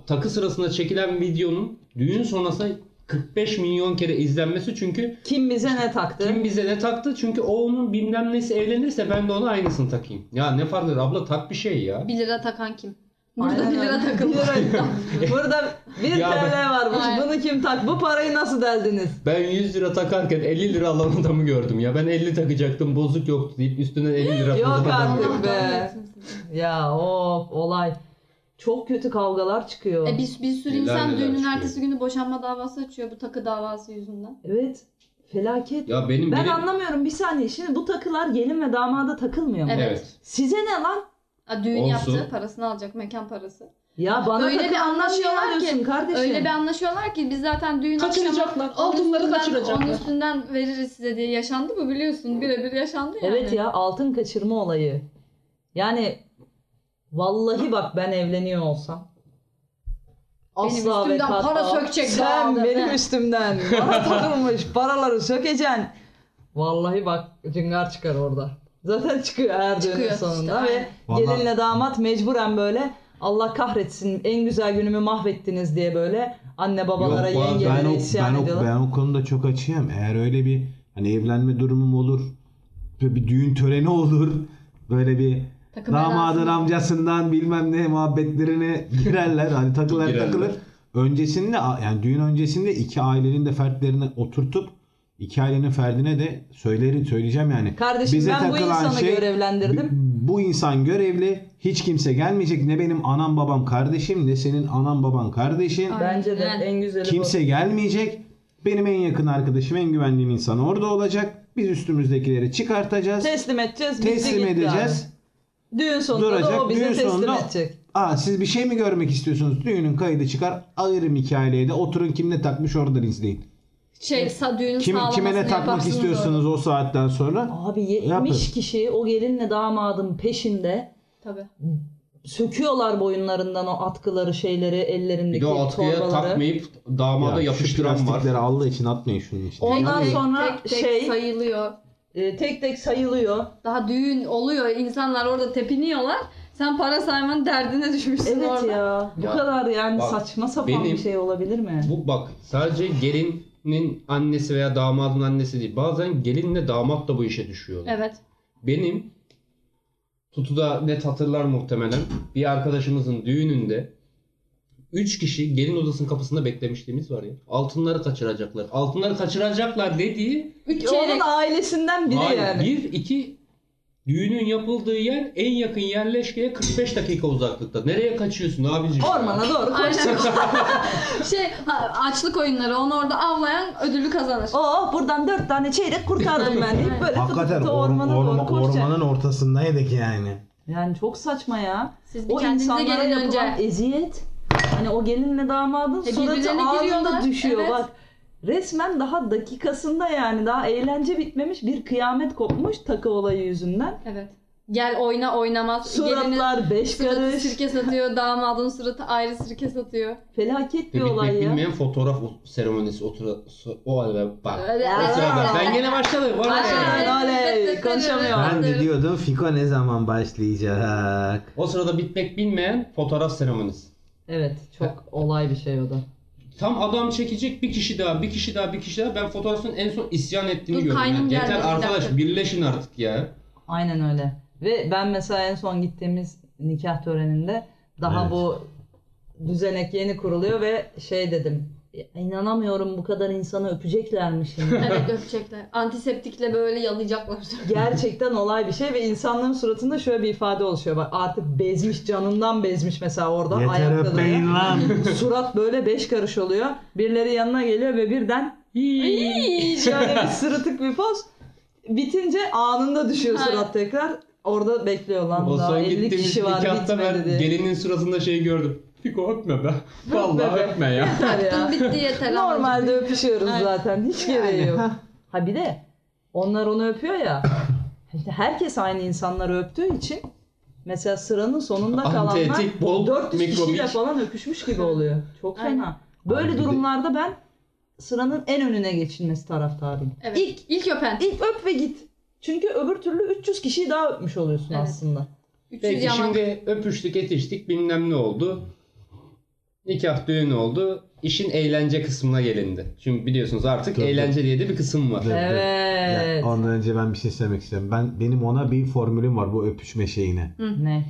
[SPEAKER 4] takı sırasında çekilen videonun düğün sonrası 45 milyon kere izlenmesi çünkü
[SPEAKER 1] Kim bize ne taktı?
[SPEAKER 4] kim bize ne taktı çünkü o onun bilmem nesi evlenirse ben de ona aynısını takayım. Ya ne fark eder abla tak bir şey ya.
[SPEAKER 2] 1 lira takan kim? Burada
[SPEAKER 1] Aynen
[SPEAKER 2] 1 lira
[SPEAKER 1] öyle.
[SPEAKER 2] takıldı.
[SPEAKER 1] Bir lira- Burada 1
[SPEAKER 4] Ya ben-
[SPEAKER 1] TL varmış.
[SPEAKER 2] Aynen.
[SPEAKER 1] Bunu kim tak? Bu parayı nasıl deldiniz?
[SPEAKER 4] Ben 100 lira takarken 50 lira alan adamı gördüm ya. Ben 50 takacaktım bozuk yoktu deyip üstünden 50 lira
[SPEAKER 1] Yok
[SPEAKER 4] fazla adam
[SPEAKER 1] artık.
[SPEAKER 4] gördüm.
[SPEAKER 2] Allah
[SPEAKER 1] be.
[SPEAKER 2] kahretsin sizi.
[SPEAKER 1] Ya of olay. Çok kötü kavgalar çıkıyor.
[SPEAKER 2] E bir, bir sürü
[SPEAKER 4] Neler
[SPEAKER 2] insan
[SPEAKER 4] neler
[SPEAKER 2] düğünün
[SPEAKER 4] çıkıyor.
[SPEAKER 2] ertesi günü boşanma davası açıyor bu takı davası yüzünden.
[SPEAKER 1] Evet. Felaket.
[SPEAKER 4] Ya benim
[SPEAKER 1] ben
[SPEAKER 4] benim...
[SPEAKER 1] anlamıyorum bir saniye. Şimdi bu takılar gelin ve damada takılmıyor mu?
[SPEAKER 2] Evet.
[SPEAKER 4] Evet.
[SPEAKER 1] Size ne lan?
[SPEAKER 2] A, düğün
[SPEAKER 4] Olsun.
[SPEAKER 2] yaptı, parasını alacak, mekan parası.
[SPEAKER 1] Ya bana
[SPEAKER 2] Öyle
[SPEAKER 1] takı
[SPEAKER 2] bir anlaşıyorlar
[SPEAKER 1] anlaşıyorlar diyorsun kardeşim.
[SPEAKER 2] Öyle bir anlaşıyorlar ki biz zaten düğün akşamı
[SPEAKER 5] Kaçıracaklar.
[SPEAKER 2] onun
[SPEAKER 5] Altınları
[SPEAKER 2] üstünden- Onun
[SPEAKER 5] kaçıracaklar.
[SPEAKER 2] üstünden veririz size diye yaşandı mı biliyorsun. Birebir yaşandı yani.
[SPEAKER 1] Evet ya altın kaçırma olayı. Yani vallahi bak ben evleniyor olsam asla ve
[SPEAKER 2] üstümden para
[SPEAKER 1] kat'a-
[SPEAKER 2] sökecek
[SPEAKER 1] Sen
[SPEAKER 2] dağıldı.
[SPEAKER 1] benim
[SPEAKER 2] He.
[SPEAKER 1] üstümden bana takılmış paraları sökeceksin. Vallahi bak cıngar çıkar orada. Zaten çıkıyor her düğünün
[SPEAKER 2] Çıkıyor işte,
[SPEAKER 1] sonunda
[SPEAKER 2] aynen.
[SPEAKER 1] ve
[SPEAKER 3] Vallahi-
[SPEAKER 1] gelinle damat mecburen böyle Allah kahretsin en güzel günümü mahvettiniz diye böyle anne babalara
[SPEAKER 4] Yok, bu arada
[SPEAKER 3] ben
[SPEAKER 1] yengelere
[SPEAKER 3] o,
[SPEAKER 1] isyan
[SPEAKER 3] ben, o,
[SPEAKER 1] ediyorlar.
[SPEAKER 3] ben o konuda çok açığım. Eğer öyle bir hani evlenme durumum olur, böyle bir düğün töreni olur, böyle bir
[SPEAKER 2] Takım
[SPEAKER 3] damadın
[SPEAKER 2] elbisesi.
[SPEAKER 3] amcasından bilmem ne muhabbetlerine girerler. Hani takılar
[SPEAKER 4] Girerler.
[SPEAKER 3] takılır. Öncesinde yani düğün öncesinde iki ailenin de fertlerini oturtup iki ailenin ferdine de söylerim söyleyeceğim yani.
[SPEAKER 1] Kardeşim ben bu
[SPEAKER 3] takılan şey,
[SPEAKER 1] insanı görevlendirdim.
[SPEAKER 3] bu bu insan görevli. Hiç kimse gelmeyecek. Ne benim anam babam kardeşim ne senin anan baban kardeşin.
[SPEAKER 2] Aynen.
[SPEAKER 1] Bence de en güzeli bu.
[SPEAKER 3] Kimse gelmeyecek. Benim en yakın arkadaşım, en güvendiğim insan orada olacak. Biz üstümüzdekileri çıkartacağız.
[SPEAKER 1] teslim edeceğiz. bitti
[SPEAKER 3] teslim
[SPEAKER 1] gitti
[SPEAKER 3] edeceğiz.
[SPEAKER 1] abi. Düğün sonunda da
[SPEAKER 3] Duracak,
[SPEAKER 1] o bize
[SPEAKER 3] düğün
[SPEAKER 1] teslim
[SPEAKER 3] sonunda-
[SPEAKER 1] edecek.
[SPEAKER 3] Aa siz bir şey mi görmek istiyorsunuz? Düğünün kaydı çıkar. Alırım hikayeye de oturun kim ne takmış oradan izleyin.
[SPEAKER 2] Şey sa- düğünün
[SPEAKER 3] Kim,
[SPEAKER 2] sağlamasını
[SPEAKER 3] kime ne takmak
[SPEAKER 2] yaparsınız
[SPEAKER 3] istiyorsunuz o saatten sonra?
[SPEAKER 1] Abi 70
[SPEAKER 3] Yapın.
[SPEAKER 1] kişi o gelinle damadın peşinde
[SPEAKER 2] orada. Tabii.
[SPEAKER 1] söküyorlar boyunlarından o atkıları şeyleri ellerindeki
[SPEAKER 4] Bir de o atkıya
[SPEAKER 1] torbaları.
[SPEAKER 4] takmayıp damada
[SPEAKER 3] Ya, şu
[SPEAKER 4] yapıştıran var.
[SPEAKER 3] plastikleri Allah için atmayın şunun için.
[SPEAKER 1] O- Ondan
[SPEAKER 2] Tek tek,
[SPEAKER 1] sonra
[SPEAKER 2] tek tek
[SPEAKER 1] şey-
[SPEAKER 2] sayılıyor.
[SPEAKER 1] Ee, tek tek sayılıyor.
[SPEAKER 2] Daha düğün oluyor. insanlar orada tepiniyorlar. Sen para saymanın derdine düşmüşsün
[SPEAKER 1] Evet
[SPEAKER 2] orada.
[SPEAKER 1] ya. Bu
[SPEAKER 4] Ya,
[SPEAKER 1] kadar yani
[SPEAKER 4] bak,
[SPEAKER 1] saçma sapan bir
[SPEAKER 4] benim-
[SPEAKER 1] şey olabilir mi?
[SPEAKER 4] Bu bak sadece gelinin annesi veya damadın annesi değil. Bazen gelinle damat da bu işe düşüyor.
[SPEAKER 2] Evet.
[SPEAKER 4] Benim tutuda net hatırlar muhtemelen bir arkadaşımızın düğününde 3 kişi gelin odasının kapısında beklemişliğimiz var ya. Altınları kaçıracaklar. Altınları kaçıracaklar dediği
[SPEAKER 2] Üç
[SPEAKER 1] E, Onun
[SPEAKER 2] çeyrek.
[SPEAKER 1] ailesinden biri
[SPEAKER 4] Hayır,
[SPEAKER 1] yani.
[SPEAKER 4] Bir, iki düğünün yapıldığı yer en yakın yerleşkeye 45 dakika uzaklıkta. Nereye kaçıyorsun abicim? ya?
[SPEAKER 1] Ormana doğru koşacak.
[SPEAKER 2] Aynen. şey ha, açlık oyunları. Onu orada avlayan ödülü kazanır.
[SPEAKER 1] Oh buradan dört tane çeyrek kurtardım ben deyip böyle fıtı
[SPEAKER 3] Hakikaten
[SPEAKER 1] fıtı
[SPEAKER 3] orm-
[SPEAKER 1] ormana
[SPEAKER 3] orma-
[SPEAKER 1] doğru koşacak.
[SPEAKER 3] ormanın ortasındaydık yani.
[SPEAKER 1] Yani çok saçma ya.
[SPEAKER 2] Siz bir
[SPEAKER 1] O
[SPEAKER 2] kendinize
[SPEAKER 1] insanlara
[SPEAKER 2] gelin önce.
[SPEAKER 1] yapılan eziyet. Hani o gelinle damadın
[SPEAKER 2] E,
[SPEAKER 1] suratı
[SPEAKER 2] birbirlerine
[SPEAKER 1] ağzında
[SPEAKER 2] giriyorlar,
[SPEAKER 1] düşüyor
[SPEAKER 2] evet.
[SPEAKER 1] bak. Resmen daha dakikasında yani daha eğlence bitmemiş bir kıyamet kopmuş takı olayı yüzünden.
[SPEAKER 2] Evet. Gel oyna oynamaz. E, Gelinin
[SPEAKER 1] Suratlar beş
[SPEAKER 2] suratı
[SPEAKER 1] karış.
[SPEAKER 2] sirke satıyor. Damadın suratı ayrı sirke satıyor.
[SPEAKER 1] Felaket
[SPEAKER 4] Ve
[SPEAKER 1] bir olay
[SPEAKER 4] bitmek
[SPEAKER 1] ya.
[SPEAKER 4] bilmeyen fotoğraf o- seremonisi otura, so- o halde bak.
[SPEAKER 2] Öyle-
[SPEAKER 1] Ya,
[SPEAKER 4] O sırada
[SPEAKER 1] ya.
[SPEAKER 4] ben gene başladım. Bana ne?
[SPEAKER 1] Aynen. oley, konuşamıyor.
[SPEAKER 3] Ben de diyordum Fiko ne zaman başlayacak?
[SPEAKER 4] O sırada bitmek bilmeyen fotoğraf seremonisi.
[SPEAKER 1] Evet çok olay bir şey o da.
[SPEAKER 4] Tam adam çekecek bir kişi daha, bir kişi daha, bir kişi daha. Ben fotoğrafın en son isyan ettiğini
[SPEAKER 2] Dur,
[SPEAKER 4] gördüm.
[SPEAKER 2] kaynım
[SPEAKER 4] Yani
[SPEAKER 2] geldi,
[SPEAKER 4] Yeter
[SPEAKER 2] bir
[SPEAKER 4] arkadaş
[SPEAKER 2] dakika.
[SPEAKER 4] birleşin artık ya.
[SPEAKER 1] Aynen öyle. Ve ben mesela en son gittiğimiz nikah töreninde daha
[SPEAKER 3] Evet.
[SPEAKER 1] bu düzenek yeni kuruluyor ve şey dedim. "Ya İnanamıyorum bu kadar insanı öpeceklermiş şimdi.
[SPEAKER 2] Evet öpecekler. Antiseptikle böyle yalayacaklar.
[SPEAKER 1] Gerçekten olay bir şey ve insanların suratında şöyle bir ifade oluşuyor. Bak artık bezmiş canından bezmiş mesela orada
[SPEAKER 3] Yeter
[SPEAKER 1] ayakta duruyor.
[SPEAKER 3] öpmeyin lan.
[SPEAKER 1] Surat böyle beş karış oluyor. Birileri yanına geliyor ve birden şöyle bir sırıtık bir poz. Bitince anında düşüyor
[SPEAKER 2] Aynen.
[SPEAKER 1] surat tekrar. Orada bekliyor lan
[SPEAKER 4] O
[SPEAKER 1] daha
[SPEAKER 4] son
[SPEAKER 1] 50
[SPEAKER 4] gittiğimiz
[SPEAKER 1] kişi var
[SPEAKER 4] nikahta ben
[SPEAKER 1] bitmedi diye.
[SPEAKER 4] gelinin suratında şey gördüm. Fiko öpme be. Vallahi
[SPEAKER 1] be.
[SPEAKER 4] öpme ya.
[SPEAKER 1] Yeter ya.
[SPEAKER 2] Taktın bitti yeter.
[SPEAKER 1] Normalde öpüşüyoruz
[SPEAKER 2] Aynen.
[SPEAKER 1] zaten. Hiç gereği yok. Ha bir de onlar onu öpüyor ya. işte herkes aynı insanları öptüğü için mesela sıranın sonunda kalanlar
[SPEAKER 4] Anteetik, bol
[SPEAKER 1] 400 kişiyle
[SPEAKER 4] mikrobik.
[SPEAKER 1] falan öpüşmüş gibi oluyor. Çok
[SPEAKER 2] Aynen.
[SPEAKER 1] fena. Böyle
[SPEAKER 3] Abi bir de-
[SPEAKER 1] durumlarda ben sıranın en önüne geçilmesi taraftarıyım.
[SPEAKER 2] Evet. İlk, ilk öpen.
[SPEAKER 1] İlk öp ve git. Çünkü öbür türlü 300 kişiyi daha öpmüş oluyorsun
[SPEAKER 2] Evet.
[SPEAKER 1] aslında.
[SPEAKER 2] Üçüncü
[SPEAKER 4] Peki
[SPEAKER 2] yaman.
[SPEAKER 4] şimdi öpüştük etiştik bilmem ne oldu. Nikah düğün oldu. İşin eğlence kısmına gelindi. Şimdi biliyorsunuz artık
[SPEAKER 3] Tabii.
[SPEAKER 4] eğlence diye de bir kısım var.
[SPEAKER 3] Evet.
[SPEAKER 1] Evet.
[SPEAKER 3] Ya, ondan önce ben bir şey söylemek istiyorum. Ben benim ona bir formülüm var bu öpüşme şeyine.
[SPEAKER 1] Ne?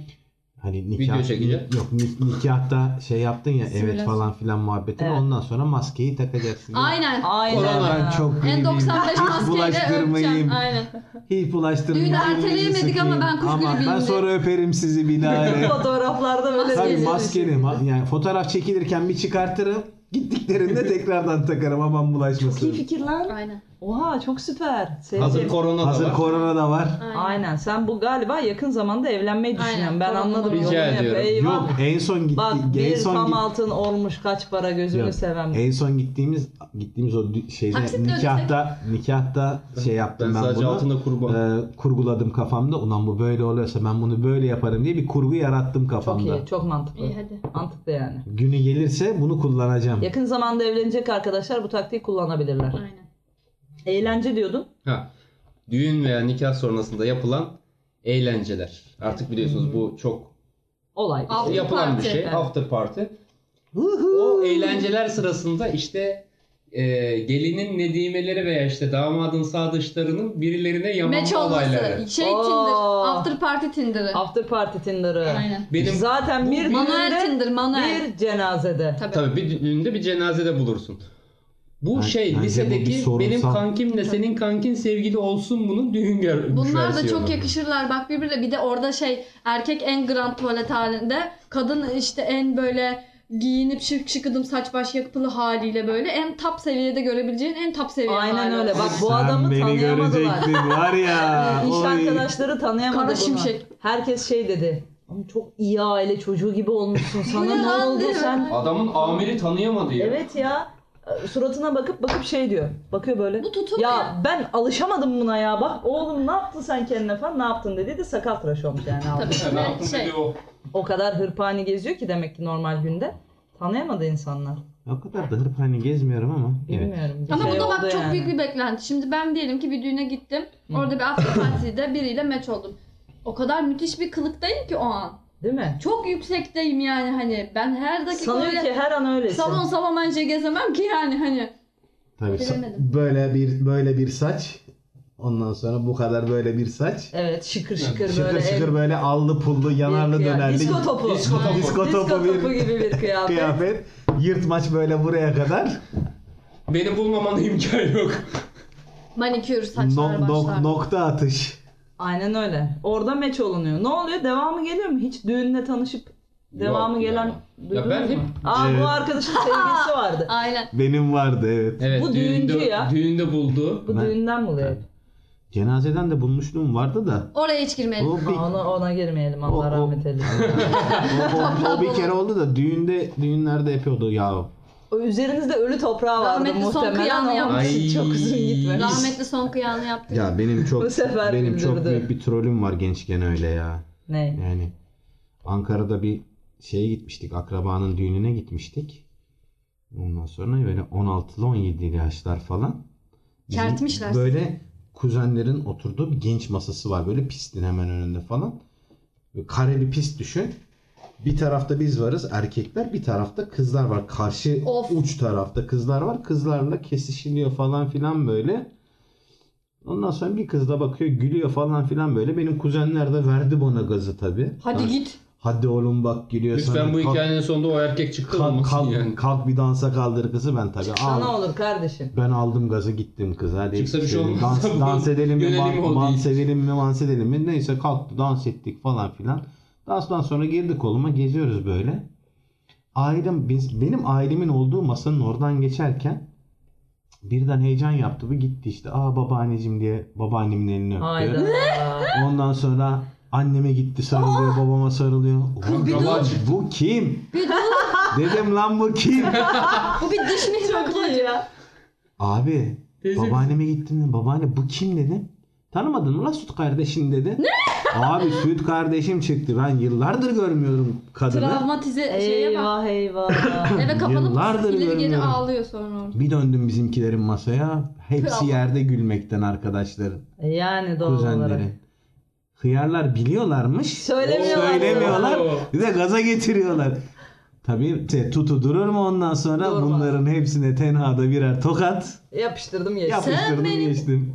[SPEAKER 3] Hani
[SPEAKER 4] Video
[SPEAKER 3] nikah,
[SPEAKER 4] çekeceğim.
[SPEAKER 3] Yok ni- nikahta şey yaptın ya evet
[SPEAKER 2] Simülasyon.
[SPEAKER 3] falan filan muhabbetini
[SPEAKER 1] Evet.
[SPEAKER 3] ondan sonra maskeyi takacaksın.
[SPEAKER 2] Aynen.
[SPEAKER 1] Aynen.
[SPEAKER 3] Korona ben çok
[SPEAKER 2] En
[SPEAKER 3] iyiyim.
[SPEAKER 2] 95
[SPEAKER 3] Hiç
[SPEAKER 2] maskeyle öpeceğim.
[SPEAKER 3] bulaştırmayayım.
[SPEAKER 2] Aynen.
[SPEAKER 3] Hiç bulaştırmayayım.
[SPEAKER 2] Düğünü
[SPEAKER 3] elinizi
[SPEAKER 2] erteleyemedik ama
[SPEAKER 3] sıkayım.
[SPEAKER 2] ben kuş
[SPEAKER 3] Ama ben
[SPEAKER 2] gribiyim
[SPEAKER 3] sonra öperim sizi bir daha.
[SPEAKER 1] Fotoğraflarda böyle
[SPEAKER 3] Tabii
[SPEAKER 2] Maskeli.
[SPEAKER 1] bir-
[SPEAKER 3] maskeli. ma- Yani fotoğraf çekilirken bir çıkartırım. Gittiklerinde tekrardan takarım aman bulaşmasın.
[SPEAKER 1] İyi fikir lan.
[SPEAKER 2] Aynen.
[SPEAKER 1] Oha çok süper.
[SPEAKER 4] Hazır
[SPEAKER 1] Sevdim.
[SPEAKER 4] korona da
[SPEAKER 3] Hazır
[SPEAKER 4] var.
[SPEAKER 3] korona da var.
[SPEAKER 2] Aynen.
[SPEAKER 1] Aynen. Sen bu galiba yakın zamanda evlenmeyi
[SPEAKER 2] Aynen,
[SPEAKER 1] düşünüyorsun. Ben
[SPEAKER 2] korona
[SPEAKER 1] anladım.
[SPEAKER 2] doğru.
[SPEAKER 1] Yolunu
[SPEAKER 4] Rica
[SPEAKER 1] yap.
[SPEAKER 4] ediyorum.
[SPEAKER 1] Eyvah.
[SPEAKER 3] Yok en son gitti.
[SPEAKER 1] Bak
[SPEAKER 3] en
[SPEAKER 1] bir
[SPEAKER 3] son
[SPEAKER 1] tam
[SPEAKER 3] git-
[SPEAKER 1] altın olmuş kaç para gözünü
[SPEAKER 3] Yok,
[SPEAKER 1] sevem.
[SPEAKER 3] En son gittiğimiz gittiğimiz o dü- şeyde
[SPEAKER 2] Taksitle
[SPEAKER 3] nikahta nikahta şey yaptım
[SPEAKER 4] Ben
[SPEAKER 3] ben,
[SPEAKER 4] sadece
[SPEAKER 3] bunu.
[SPEAKER 4] altında kurban.
[SPEAKER 3] Ee, kurguladım kafamda. Ulan bu böyle oluyorsa ben bunu böyle yaparım diye bir kurgu yarattım
[SPEAKER 1] çok
[SPEAKER 3] kafamda.
[SPEAKER 1] iyi. Çok mantıklı.
[SPEAKER 2] İyi hadi.
[SPEAKER 1] Mantıklı yani.
[SPEAKER 3] Günü gelirse bunu kullanacağım.
[SPEAKER 1] Yakın zamanda evlenecek arkadaşlar bu taktiği kullanabilirler.
[SPEAKER 2] Aynen.
[SPEAKER 1] Eğlence diyordun.
[SPEAKER 4] Ha. Düğün veya nikah sonrasında yapılan eğlenceler. Artık biliyorsunuz bu çok
[SPEAKER 1] Olay. bir
[SPEAKER 2] After
[SPEAKER 1] şey.
[SPEAKER 4] yapılan
[SPEAKER 2] party.
[SPEAKER 4] bir şey.
[SPEAKER 1] Evet.
[SPEAKER 4] After party.
[SPEAKER 3] Huhu!
[SPEAKER 4] O eğlenceler sırasında işte e, gelinin nedimeleri veya işte damadın sadıçlarının birilerine
[SPEAKER 2] Meç
[SPEAKER 4] yamama olayları.
[SPEAKER 2] olması. Şey
[SPEAKER 1] Oo.
[SPEAKER 2] Tinder. After party Tinder'ı.
[SPEAKER 1] After party Tinder'ı.
[SPEAKER 2] Aynen.
[SPEAKER 4] Benim
[SPEAKER 1] Zaten bir
[SPEAKER 2] Manuel
[SPEAKER 1] düğünde
[SPEAKER 2] Tinder. Manuel.
[SPEAKER 1] bir cenazede.
[SPEAKER 2] Tabii.
[SPEAKER 4] tabii bir düğünde bir cenazede bulursun. Bu
[SPEAKER 3] Ben-
[SPEAKER 4] şey
[SPEAKER 3] bence bu bir
[SPEAKER 4] lisedeki
[SPEAKER 3] sorunsal-
[SPEAKER 4] benim kankimle senin kankin sevgili olsun bunun düğün gör
[SPEAKER 2] Bunlar
[SPEAKER 1] şey
[SPEAKER 2] da
[SPEAKER 4] versiyonu.
[SPEAKER 2] çok yakışırlar. Bak birbirine bir de orada şey erkek en grand tuvalet halinde. Kadın işte en böyle giyinip şık şıkıdım saç baş yapılı haliyle böyle en top seviyede görebileceğin en top seviye
[SPEAKER 1] Aynen
[SPEAKER 2] hali.
[SPEAKER 1] öyle. Bak bu
[SPEAKER 3] Sen
[SPEAKER 1] adamı
[SPEAKER 3] beni
[SPEAKER 1] tanıyamadılar.
[SPEAKER 3] görecektin var ya.
[SPEAKER 1] İş
[SPEAKER 3] oy.
[SPEAKER 1] arkadaşları tanıyamadı
[SPEAKER 2] Kara
[SPEAKER 1] bunu.
[SPEAKER 2] şimşek.
[SPEAKER 1] Herkes şey dedi. Ama çok iyi aile çocuğu gibi olmuşsun. Sana
[SPEAKER 2] ne
[SPEAKER 1] ne
[SPEAKER 2] lan
[SPEAKER 1] oldu
[SPEAKER 2] diyor.
[SPEAKER 1] sen?
[SPEAKER 4] Adamın amiri tanıyamadı ya.
[SPEAKER 1] Evet ya. Suratına bakıp bakıp şey diyor. Bakıyor böyle.
[SPEAKER 2] Bu tutum
[SPEAKER 1] ya,
[SPEAKER 2] ya.
[SPEAKER 1] ben alışamadım buna ya. Bak oğlum ne yaptın sen kendine falan ne yaptın dedi de sakal tıraş olmuş yani. altı.
[SPEAKER 2] Tabii.
[SPEAKER 4] Ha, ben
[SPEAKER 2] Ve
[SPEAKER 4] aklım
[SPEAKER 2] şey-
[SPEAKER 4] dedi o.
[SPEAKER 1] o kadar hırpani geziyor ki demek ki normal günde. Tanıyamadı insanlar.
[SPEAKER 3] O kadar da hırpani gezmiyorum ama. Evet.
[SPEAKER 1] Bilmiyorum. bir
[SPEAKER 2] Ama
[SPEAKER 1] şey
[SPEAKER 2] bu da bak
[SPEAKER 1] oldu
[SPEAKER 2] çok
[SPEAKER 1] yani.
[SPEAKER 2] büyük bir beklenti. Şimdi ben diyelim ki bir düğüne gittim. Orada bir after party'de biriyle meç oldum. O kadar müthiş bir kılıktayım ki o an.
[SPEAKER 1] Değil mi?
[SPEAKER 2] Çok yüksekteyim yani hani. Ben her dakika
[SPEAKER 1] Sanıyor
[SPEAKER 2] öyle
[SPEAKER 1] ki her an öylesin.
[SPEAKER 2] salon salamanca gezemem ki yani hani.
[SPEAKER 3] Tabii. sa-
[SPEAKER 2] Bilemedim.
[SPEAKER 3] Böyle bir böyle bir saç. Ondan sonra bu kadar böyle bir saç.
[SPEAKER 1] Evet şıkır şıkır,
[SPEAKER 3] Şıkır
[SPEAKER 1] böyle.
[SPEAKER 3] şıkır böyle allı pullu yanarlı
[SPEAKER 1] Ya,
[SPEAKER 3] dönerli.
[SPEAKER 1] Disko topu.
[SPEAKER 4] Disko topu.
[SPEAKER 3] Disko
[SPEAKER 1] Disko
[SPEAKER 3] topu bir-
[SPEAKER 1] topu gibi bir kıyafet.
[SPEAKER 3] kıyafet. Yırtmaç böyle buraya kadar.
[SPEAKER 4] Beni bulmamanın imkanı yok.
[SPEAKER 2] Manikür saçlar
[SPEAKER 3] Nok-
[SPEAKER 2] başlar.
[SPEAKER 3] nok- nokta atış.
[SPEAKER 1] Aynen öyle. Orada meç olunuyor. Ne oluyor? Devamı geliyor mu? Hiç düğünle tanışıp devamı
[SPEAKER 4] Yok ya.
[SPEAKER 1] gelen duydunuz
[SPEAKER 4] ben
[SPEAKER 1] mu?
[SPEAKER 4] hep-
[SPEAKER 1] Aa
[SPEAKER 3] Evet.
[SPEAKER 1] bu arkadaşın sevgilisi vardı.
[SPEAKER 2] Aynen.
[SPEAKER 3] Benim vardı evet.
[SPEAKER 4] Evet,
[SPEAKER 1] Bu
[SPEAKER 4] düğünde,
[SPEAKER 1] düğüncü ya.
[SPEAKER 4] Düğünde buldu.
[SPEAKER 1] Bu
[SPEAKER 3] Ben-
[SPEAKER 1] düğünden buluyor. hep.
[SPEAKER 3] Cenazeden de bulmuşluğum vardı da.
[SPEAKER 2] Oraya hiç girmeyelim.
[SPEAKER 3] O bir,
[SPEAKER 1] Aa, Ona, ona girmeyelim Allah
[SPEAKER 3] O- o-
[SPEAKER 1] rahmet eylesin.
[SPEAKER 3] o- o- o bir kere oldu da düğünde düğünlerde yapıyordu ya.
[SPEAKER 1] O üzerinizde ölü toprağı vardı
[SPEAKER 2] Rahmetli son
[SPEAKER 1] muhtemelen.
[SPEAKER 2] kıyağını
[SPEAKER 1] ama
[SPEAKER 2] yapmış.
[SPEAKER 1] Ay. Çok uzun gitme.
[SPEAKER 2] Rahmetli son kıyağını yaptı.
[SPEAKER 3] Ya benim çok
[SPEAKER 1] Bu sefer
[SPEAKER 3] benim çok
[SPEAKER 1] güldürdü.
[SPEAKER 3] büyük bir trolüm var gençken öyle ya.
[SPEAKER 1] Ne?
[SPEAKER 3] Yani Ankara'da bir şeye gitmiştik. Akrabanın düğününe gitmiştik. Ondan sonra böyle 16'lı 17'li yaşlar falan. Bizim
[SPEAKER 2] Çertmişler sizi.
[SPEAKER 3] Böyle kuzenlerin oturduğu bir genç masası var. Böyle pistin hemen önünde falan. Böyle kare bir pist düşün. Bir tarafta biz varız erkekler. Bir tarafta kızlar var. Karşı
[SPEAKER 2] Of.
[SPEAKER 3] uç tarafta kızlar var. Kızlarla kesişiliyor falan filan böyle. Ondan sonra bir kız da bakıyor gülüyor falan filan böyle. Benim kuzenler de verdi bana gazı tabii.
[SPEAKER 2] Hadi
[SPEAKER 3] Ben-
[SPEAKER 2] git.
[SPEAKER 3] Hadi oğlum bak gülüyor
[SPEAKER 4] Lütfen bu
[SPEAKER 3] Kalk-
[SPEAKER 4] hikayenin sonunda o erkek çıktı
[SPEAKER 3] Kalk,
[SPEAKER 4] olmasın
[SPEAKER 3] kalk,
[SPEAKER 4] yani.
[SPEAKER 3] kalk bir dansa kaldır kızı ben tabii
[SPEAKER 1] Sana
[SPEAKER 3] al.
[SPEAKER 1] olur kardeşim.
[SPEAKER 3] Ben aldım gazı gittim kız hadi.
[SPEAKER 4] Çıksa bir şey
[SPEAKER 3] şöyle
[SPEAKER 4] olmaz.
[SPEAKER 3] Dans, dans edelim mi,
[SPEAKER 4] Yönelim
[SPEAKER 3] ban-
[SPEAKER 4] o
[SPEAKER 3] dans
[SPEAKER 4] değil.
[SPEAKER 3] edelim mi, dans edelim mi. Neyse kalktı dans ettik falan filan. Danstan sonra girdi koluma geziyoruz böyle. Ailem, biz, benim ailemin olduğu masanın oradan geçerken birden heyecan yaptı. Bu gitti işte. Aa babaanneciğim diye babaannemin elini öptü.
[SPEAKER 1] Hayda.
[SPEAKER 3] Ondan sonra anneme gitti sarılıyor, babama sarılıyor. Ulan
[SPEAKER 2] bir
[SPEAKER 3] baba,
[SPEAKER 4] dur.
[SPEAKER 3] bu kim? Dedim lan bu kim?
[SPEAKER 2] Bu bir dış
[SPEAKER 1] Çok iyi ya.
[SPEAKER 3] Abi
[SPEAKER 4] Teyze
[SPEAKER 3] babaanneme gittim de babaanne bu kim dedim. Tanımadın mı lan süt kardeşin dedi. Ne? Abi süt kardeşim çıktı. Ben yıllardır görmüyorum kadını.
[SPEAKER 2] Travmatize şeye bak.
[SPEAKER 1] Eyvah eyvah.
[SPEAKER 2] Eve
[SPEAKER 3] Yıllardır
[SPEAKER 2] kapanıp ileri geri
[SPEAKER 3] görmüyorum.
[SPEAKER 2] ağlıyor sonra.
[SPEAKER 3] Bir döndüm bizimkilerin masaya. Hepsi
[SPEAKER 2] Bravo.
[SPEAKER 3] yerde gülmekten arkadaşlarım,
[SPEAKER 1] yani doğal olarak.
[SPEAKER 3] kuzenlerim. Hıyarlar biliyorlarmış.
[SPEAKER 1] Söylemiyorlar.
[SPEAKER 3] Söylemiyorlar.
[SPEAKER 4] Oo.
[SPEAKER 3] Bir de gaza getiriyorlar. Tabii te- tutu durur mu ondan sonra
[SPEAKER 1] Durmaz.
[SPEAKER 3] bunların hepsine tenhada birer tokat
[SPEAKER 1] Yapıştırdım geçtim.
[SPEAKER 3] yapıştırdım
[SPEAKER 2] benim-
[SPEAKER 3] geçtim.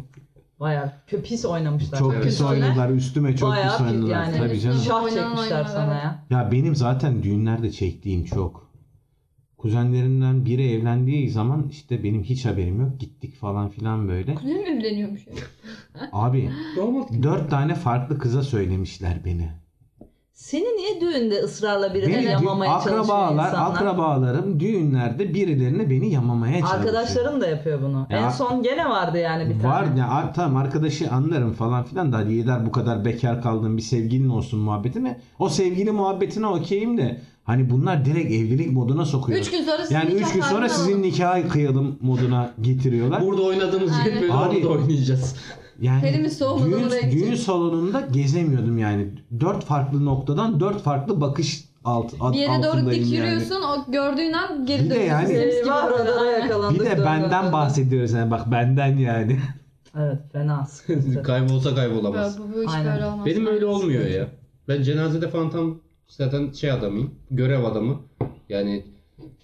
[SPEAKER 1] Bayağı kö- pis oynamışlar.
[SPEAKER 3] Çok
[SPEAKER 4] Evet.
[SPEAKER 3] pis
[SPEAKER 1] Kötüler.
[SPEAKER 3] oynadılar. Üstüme çok
[SPEAKER 1] Bayağı
[SPEAKER 3] pis
[SPEAKER 1] pis
[SPEAKER 3] oynadılar.
[SPEAKER 1] yani.
[SPEAKER 3] Tabii canım.
[SPEAKER 2] Üstüme-
[SPEAKER 1] Şah
[SPEAKER 2] Oynanan
[SPEAKER 1] çekmişler
[SPEAKER 2] oyunlar,
[SPEAKER 1] sana
[SPEAKER 2] evet.
[SPEAKER 1] ya.
[SPEAKER 3] Ya benim zaten düğünlerde çektiğim çok. Kuzenlerinden biri evlendiği zaman işte benim hiç haberim yok. Gittik falan filan böyle.
[SPEAKER 2] Kuzenim evleniyormuş. ya.
[SPEAKER 3] Abi
[SPEAKER 4] Damat gibi.
[SPEAKER 3] dört tane farklı kıza söylemişler beni.
[SPEAKER 1] Seni niye düğünde ısrarla biri
[SPEAKER 3] Beni dü-
[SPEAKER 1] yamamaya çalışıyor
[SPEAKER 3] akrabalar,
[SPEAKER 1] insanlar?
[SPEAKER 3] akrabalarım düğünlerde birilerini beni yamamaya çalışıyor.
[SPEAKER 1] Arkadaşların da yapıyor bunu.
[SPEAKER 3] Ya-
[SPEAKER 1] En son gene vardı yani bir tane.
[SPEAKER 3] Var ya a- tamam arkadaşı anlarım falan filan da hani yeter bu kadar bekar kaldın bir sevgilin olsun muhabbeti mi? O sevgili muhabbetine okeyim de hani bunlar direkt evlilik moduna sokuyor.
[SPEAKER 2] Üç gün sonra sizin
[SPEAKER 3] yani
[SPEAKER 2] nikah
[SPEAKER 3] 3 gün sonra
[SPEAKER 2] tarihini
[SPEAKER 3] sizin
[SPEAKER 2] alalım.
[SPEAKER 3] nikahı kıyalım moduna getiriyorlar.
[SPEAKER 4] Burada oynadığımız gibi
[SPEAKER 2] Aynen.
[SPEAKER 4] böyle
[SPEAKER 3] Abi.
[SPEAKER 4] orada oynayacağız.
[SPEAKER 3] Yani
[SPEAKER 2] Terimiz soğumadan
[SPEAKER 3] düğün,
[SPEAKER 2] oraya
[SPEAKER 3] düğün
[SPEAKER 2] gidecek.
[SPEAKER 3] salonunda gezemiyordum yani. Dört farklı noktadan dört farklı bakış alt, alt
[SPEAKER 2] Bir yere doğru
[SPEAKER 3] altındayım
[SPEAKER 2] dik
[SPEAKER 3] yani.
[SPEAKER 2] yürüyorsun o gördüğün an geri
[SPEAKER 3] Bir de
[SPEAKER 2] dönüyorsun.
[SPEAKER 3] yani-
[SPEAKER 2] Siz
[SPEAKER 1] Ee,
[SPEAKER 2] gibi
[SPEAKER 1] var
[SPEAKER 2] böyle.
[SPEAKER 1] arada
[SPEAKER 2] Aynen.
[SPEAKER 1] yakalandık.
[SPEAKER 3] Bir de
[SPEAKER 1] döndük,
[SPEAKER 3] benden
[SPEAKER 1] döndük.
[SPEAKER 3] bahsediyoruz yani bak benden yani.
[SPEAKER 1] Evet fena sıkıntı.
[SPEAKER 4] Kaybolsa kaybolamaz.
[SPEAKER 2] Böyle, bu, bu iş
[SPEAKER 1] Aynen.
[SPEAKER 2] böyle olmaz.
[SPEAKER 4] Benim öyle olmuyor ya. Ben cenazede falan tam zaten şey adamıyım. Görev adamı. Yani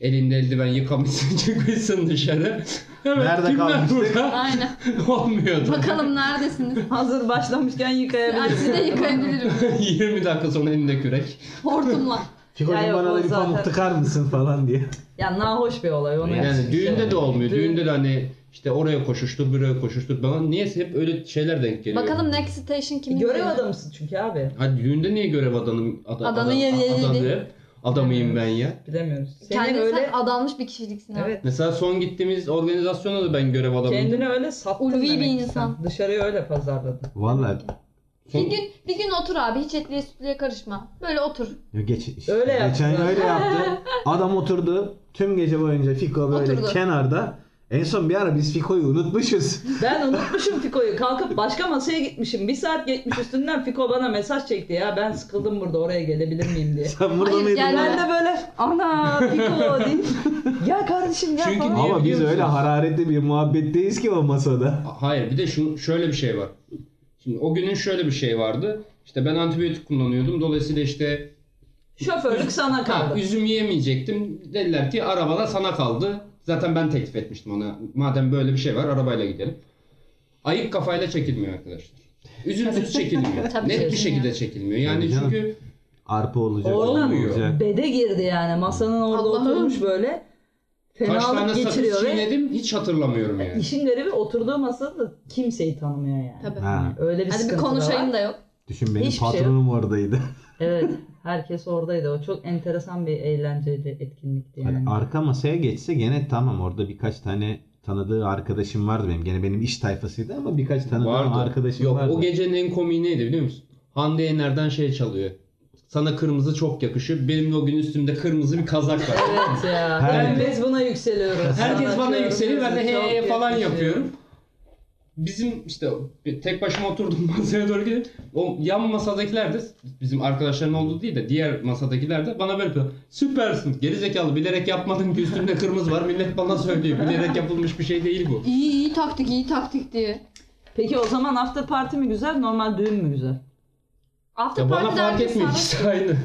[SPEAKER 4] elinde eldiven yıkamışsın çıkmışsın dışarı. Hemen
[SPEAKER 3] Nerede
[SPEAKER 4] kimler
[SPEAKER 3] kalmıştık?
[SPEAKER 4] burada?
[SPEAKER 2] Aynen.
[SPEAKER 4] Olmuyordu.
[SPEAKER 2] Bakalım neredesiniz?
[SPEAKER 1] Hazır başlamışken
[SPEAKER 2] Ay
[SPEAKER 1] yıkayabiliriz.
[SPEAKER 2] size yıkayabilirim.
[SPEAKER 4] 20 dakika sonra elinde kürek.
[SPEAKER 2] Hortumla.
[SPEAKER 3] Fikocuğum
[SPEAKER 1] Ya yok,
[SPEAKER 3] bana da
[SPEAKER 1] o
[SPEAKER 3] bir pamuk
[SPEAKER 1] zaten-
[SPEAKER 3] tıkar mısın falan diye.
[SPEAKER 1] ya şey nahoş bir olay. Onu
[SPEAKER 4] Yani düğünde de olmuyor.
[SPEAKER 1] Düğün-
[SPEAKER 4] Düğünde de hani işte oraya koşuştur, buraya koşuştur falan. Niyeyse hep öyle şeyler denk geliyor.
[SPEAKER 2] Bakalım next station kimin?
[SPEAKER 1] Görev
[SPEAKER 2] diyor?
[SPEAKER 1] adamısın çünkü abi.
[SPEAKER 4] Hadi düğünde niye görev adamım? Ad,
[SPEAKER 2] Adamı ye- ye- ye-
[SPEAKER 4] adanı- adamıyım ben ya.
[SPEAKER 1] Bilemiyoruz. Senin
[SPEAKER 2] Kendini
[SPEAKER 1] öyle
[SPEAKER 2] sen adanmış bir kişiliksin. abi.
[SPEAKER 1] evet.
[SPEAKER 4] Mesela son gittiğimiz organizasyona da ben görev adamıydım.
[SPEAKER 1] Kendini öyle sattın
[SPEAKER 2] Ulvi bir
[SPEAKER 1] demek ki sen.
[SPEAKER 2] insan.
[SPEAKER 1] Dışarıya öyle pazarladın.
[SPEAKER 3] Vallahi
[SPEAKER 2] Bir gün bir gün otur abi hiç etliye sütlüye karışma. Böyle otur.
[SPEAKER 3] Ya Geç, işte
[SPEAKER 1] Öyle yaptı.
[SPEAKER 3] geçen öyle yaptı. Adam oturdu. Tüm gece boyunca Fiko böyle
[SPEAKER 2] Oturdu.
[SPEAKER 3] kenarda. En son bir ara biz Fiko'yu unutmuşuz.
[SPEAKER 1] Ben unutmuşum Fiko'yu. Kalkıp başka masaya gitmişim. Bir saat geçmiş üstünden Fiko bana mesaj çekti ya. Ben sıkıldım burada oraya gelebilir miyim diye.
[SPEAKER 3] Sen burada
[SPEAKER 2] Hayır,
[SPEAKER 3] mıydın
[SPEAKER 2] gelmedi.
[SPEAKER 3] lan?
[SPEAKER 1] Ben de böyle ana Fiko deyip ya kardeşim ya
[SPEAKER 4] Çünkü
[SPEAKER 1] falan.
[SPEAKER 4] niye
[SPEAKER 3] Ama biz
[SPEAKER 4] biliyor
[SPEAKER 3] öyle
[SPEAKER 4] musunuz?
[SPEAKER 3] hararetli bir muhabbetteyiz ki o masada.
[SPEAKER 4] Hayır bir de şu şöyle bir şey var. Şimdi o günün şöyle bir şey vardı. İşte ben antibiyotik kullanıyordum. Dolayısıyla işte
[SPEAKER 1] Şoförlük sana
[SPEAKER 4] ha,
[SPEAKER 1] kaldı.
[SPEAKER 4] üzüm yiyemeyecektim. Dediler ki arabada sana kaldı. Zaten ben teklif etmiştim ona. Madem böyle bir şey var arabayla gidelim. Ayık kafayla çekilmiyor arkadaşlar. Üzümsüz çekilmiyor.
[SPEAKER 2] Tabii
[SPEAKER 4] Net bir
[SPEAKER 2] çekilmiyor.
[SPEAKER 4] şekilde çekilmiyor. Yani
[SPEAKER 3] Tabii canım.
[SPEAKER 4] çünkü
[SPEAKER 3] Arpa olacak.
[SPEAKER 1] Oradan
[SPEAKER 3] arpa olacak.
[SPEAKER 1] Bede girdi yani. Masanın orada
[SPEAKER 2] Allah'ım.
[SPEAKER 1] oturmuş böyle.
[SPEAKER 4] kaç tane
[SPEAKER 1] Fenalık
[SPEAKER 4] sakız
[SPEAKER 1] geçiriyor ve
[SPEAKER 4] çiğnedim hiç hatırlamıyorum yani.
[SPEAKER 1] işin garibi oturduğu masada da kimseyi tanımıyor yani.
[SPEAKER 2] Tabii.
[SPEAKER 3] Ha,
[SPEAKER 1] Öyle bir
[SPEAKER 2] Hadi bir
[SPEAKER 1] sıkıntı da
[SPEAKER 2] konuşayım
[SPEAKER 1] var.
[SPEAKER 2] da yok.
[SPEAKER 3] düşün benim
[SPEAKER 1] Hiçbir şey
[SPEAKER 3] patronum oradaydı.
[SPEAKER 1] Evet. Herkes oradaydı. O çok enteresan bir eğlenceli etkinlikti
[SPEAKER 3] Hani
[SPEAKER 1] yani.
[SPEAKER 3] arka masaya geçse gene tamam orada birkaç tane tanıdığı arkadaşım vardı benim. Gene benim iş tayfasıydı ama birkaç tanıdığım arkadaşım
[SPEAKER 4] Yok,
[SPEAKER 3] vardı.
[SPEAKER 4] o gecenin en komiği neydi biliyor musun? Hande Yener'den şey çalıyor. Sana kırmızı çok yakışıyor. Benim o gün üstümde kırmızı bir kazak var.
[SPEAKER 1] Evet ya.
[SPEAKER 3] Her-
[SPEAKER 1] Herkes buna yükseliyoruz.
[SPEAKER 4] Herkes
[SPEAKER 1] Sana
[SPEAKER 4] bana
[SPEAKER 1] diyorum,
[SPEAKER 4] yükseliyor. Ben de
[SPEAKER 1] bizi
[SPEAKER 4] he
[SPEAKER 1] çok
[SPEAKER 4] falan
[SPEAKER 1] yakışıyor.
[SPEAKER 4] yapıyorum. Bizim işte bir tek başıma oturdum masaya doğru gidip o yan masadakiler de bizim arkadaşların olduğu değil de diğer masadakiler de bana böyle yapıyor. Süpersin. Geri zekalı bilerek yapmadın ki üstümde kırmızı var. Millet bana söylüyor. Bilerek yapılmış bir şey değil bu.
[SPEAKER 2] İyi iyi taktik iyi taktik diye.
[SPEAKER 1] Peki o zaman after party mi güzel, normal düğün mü güzel?
[SPEAKER 2] After
[SPEAKER 4] Ya bana
[SPEAKER 2] party'de
[SPEAKER 4] fark
[SPEAKER 2] herkes
[SPEAKER 4] etmiyor
[SPEAKER 2] sarhoş.
[SPEAKER 4] işte aynı.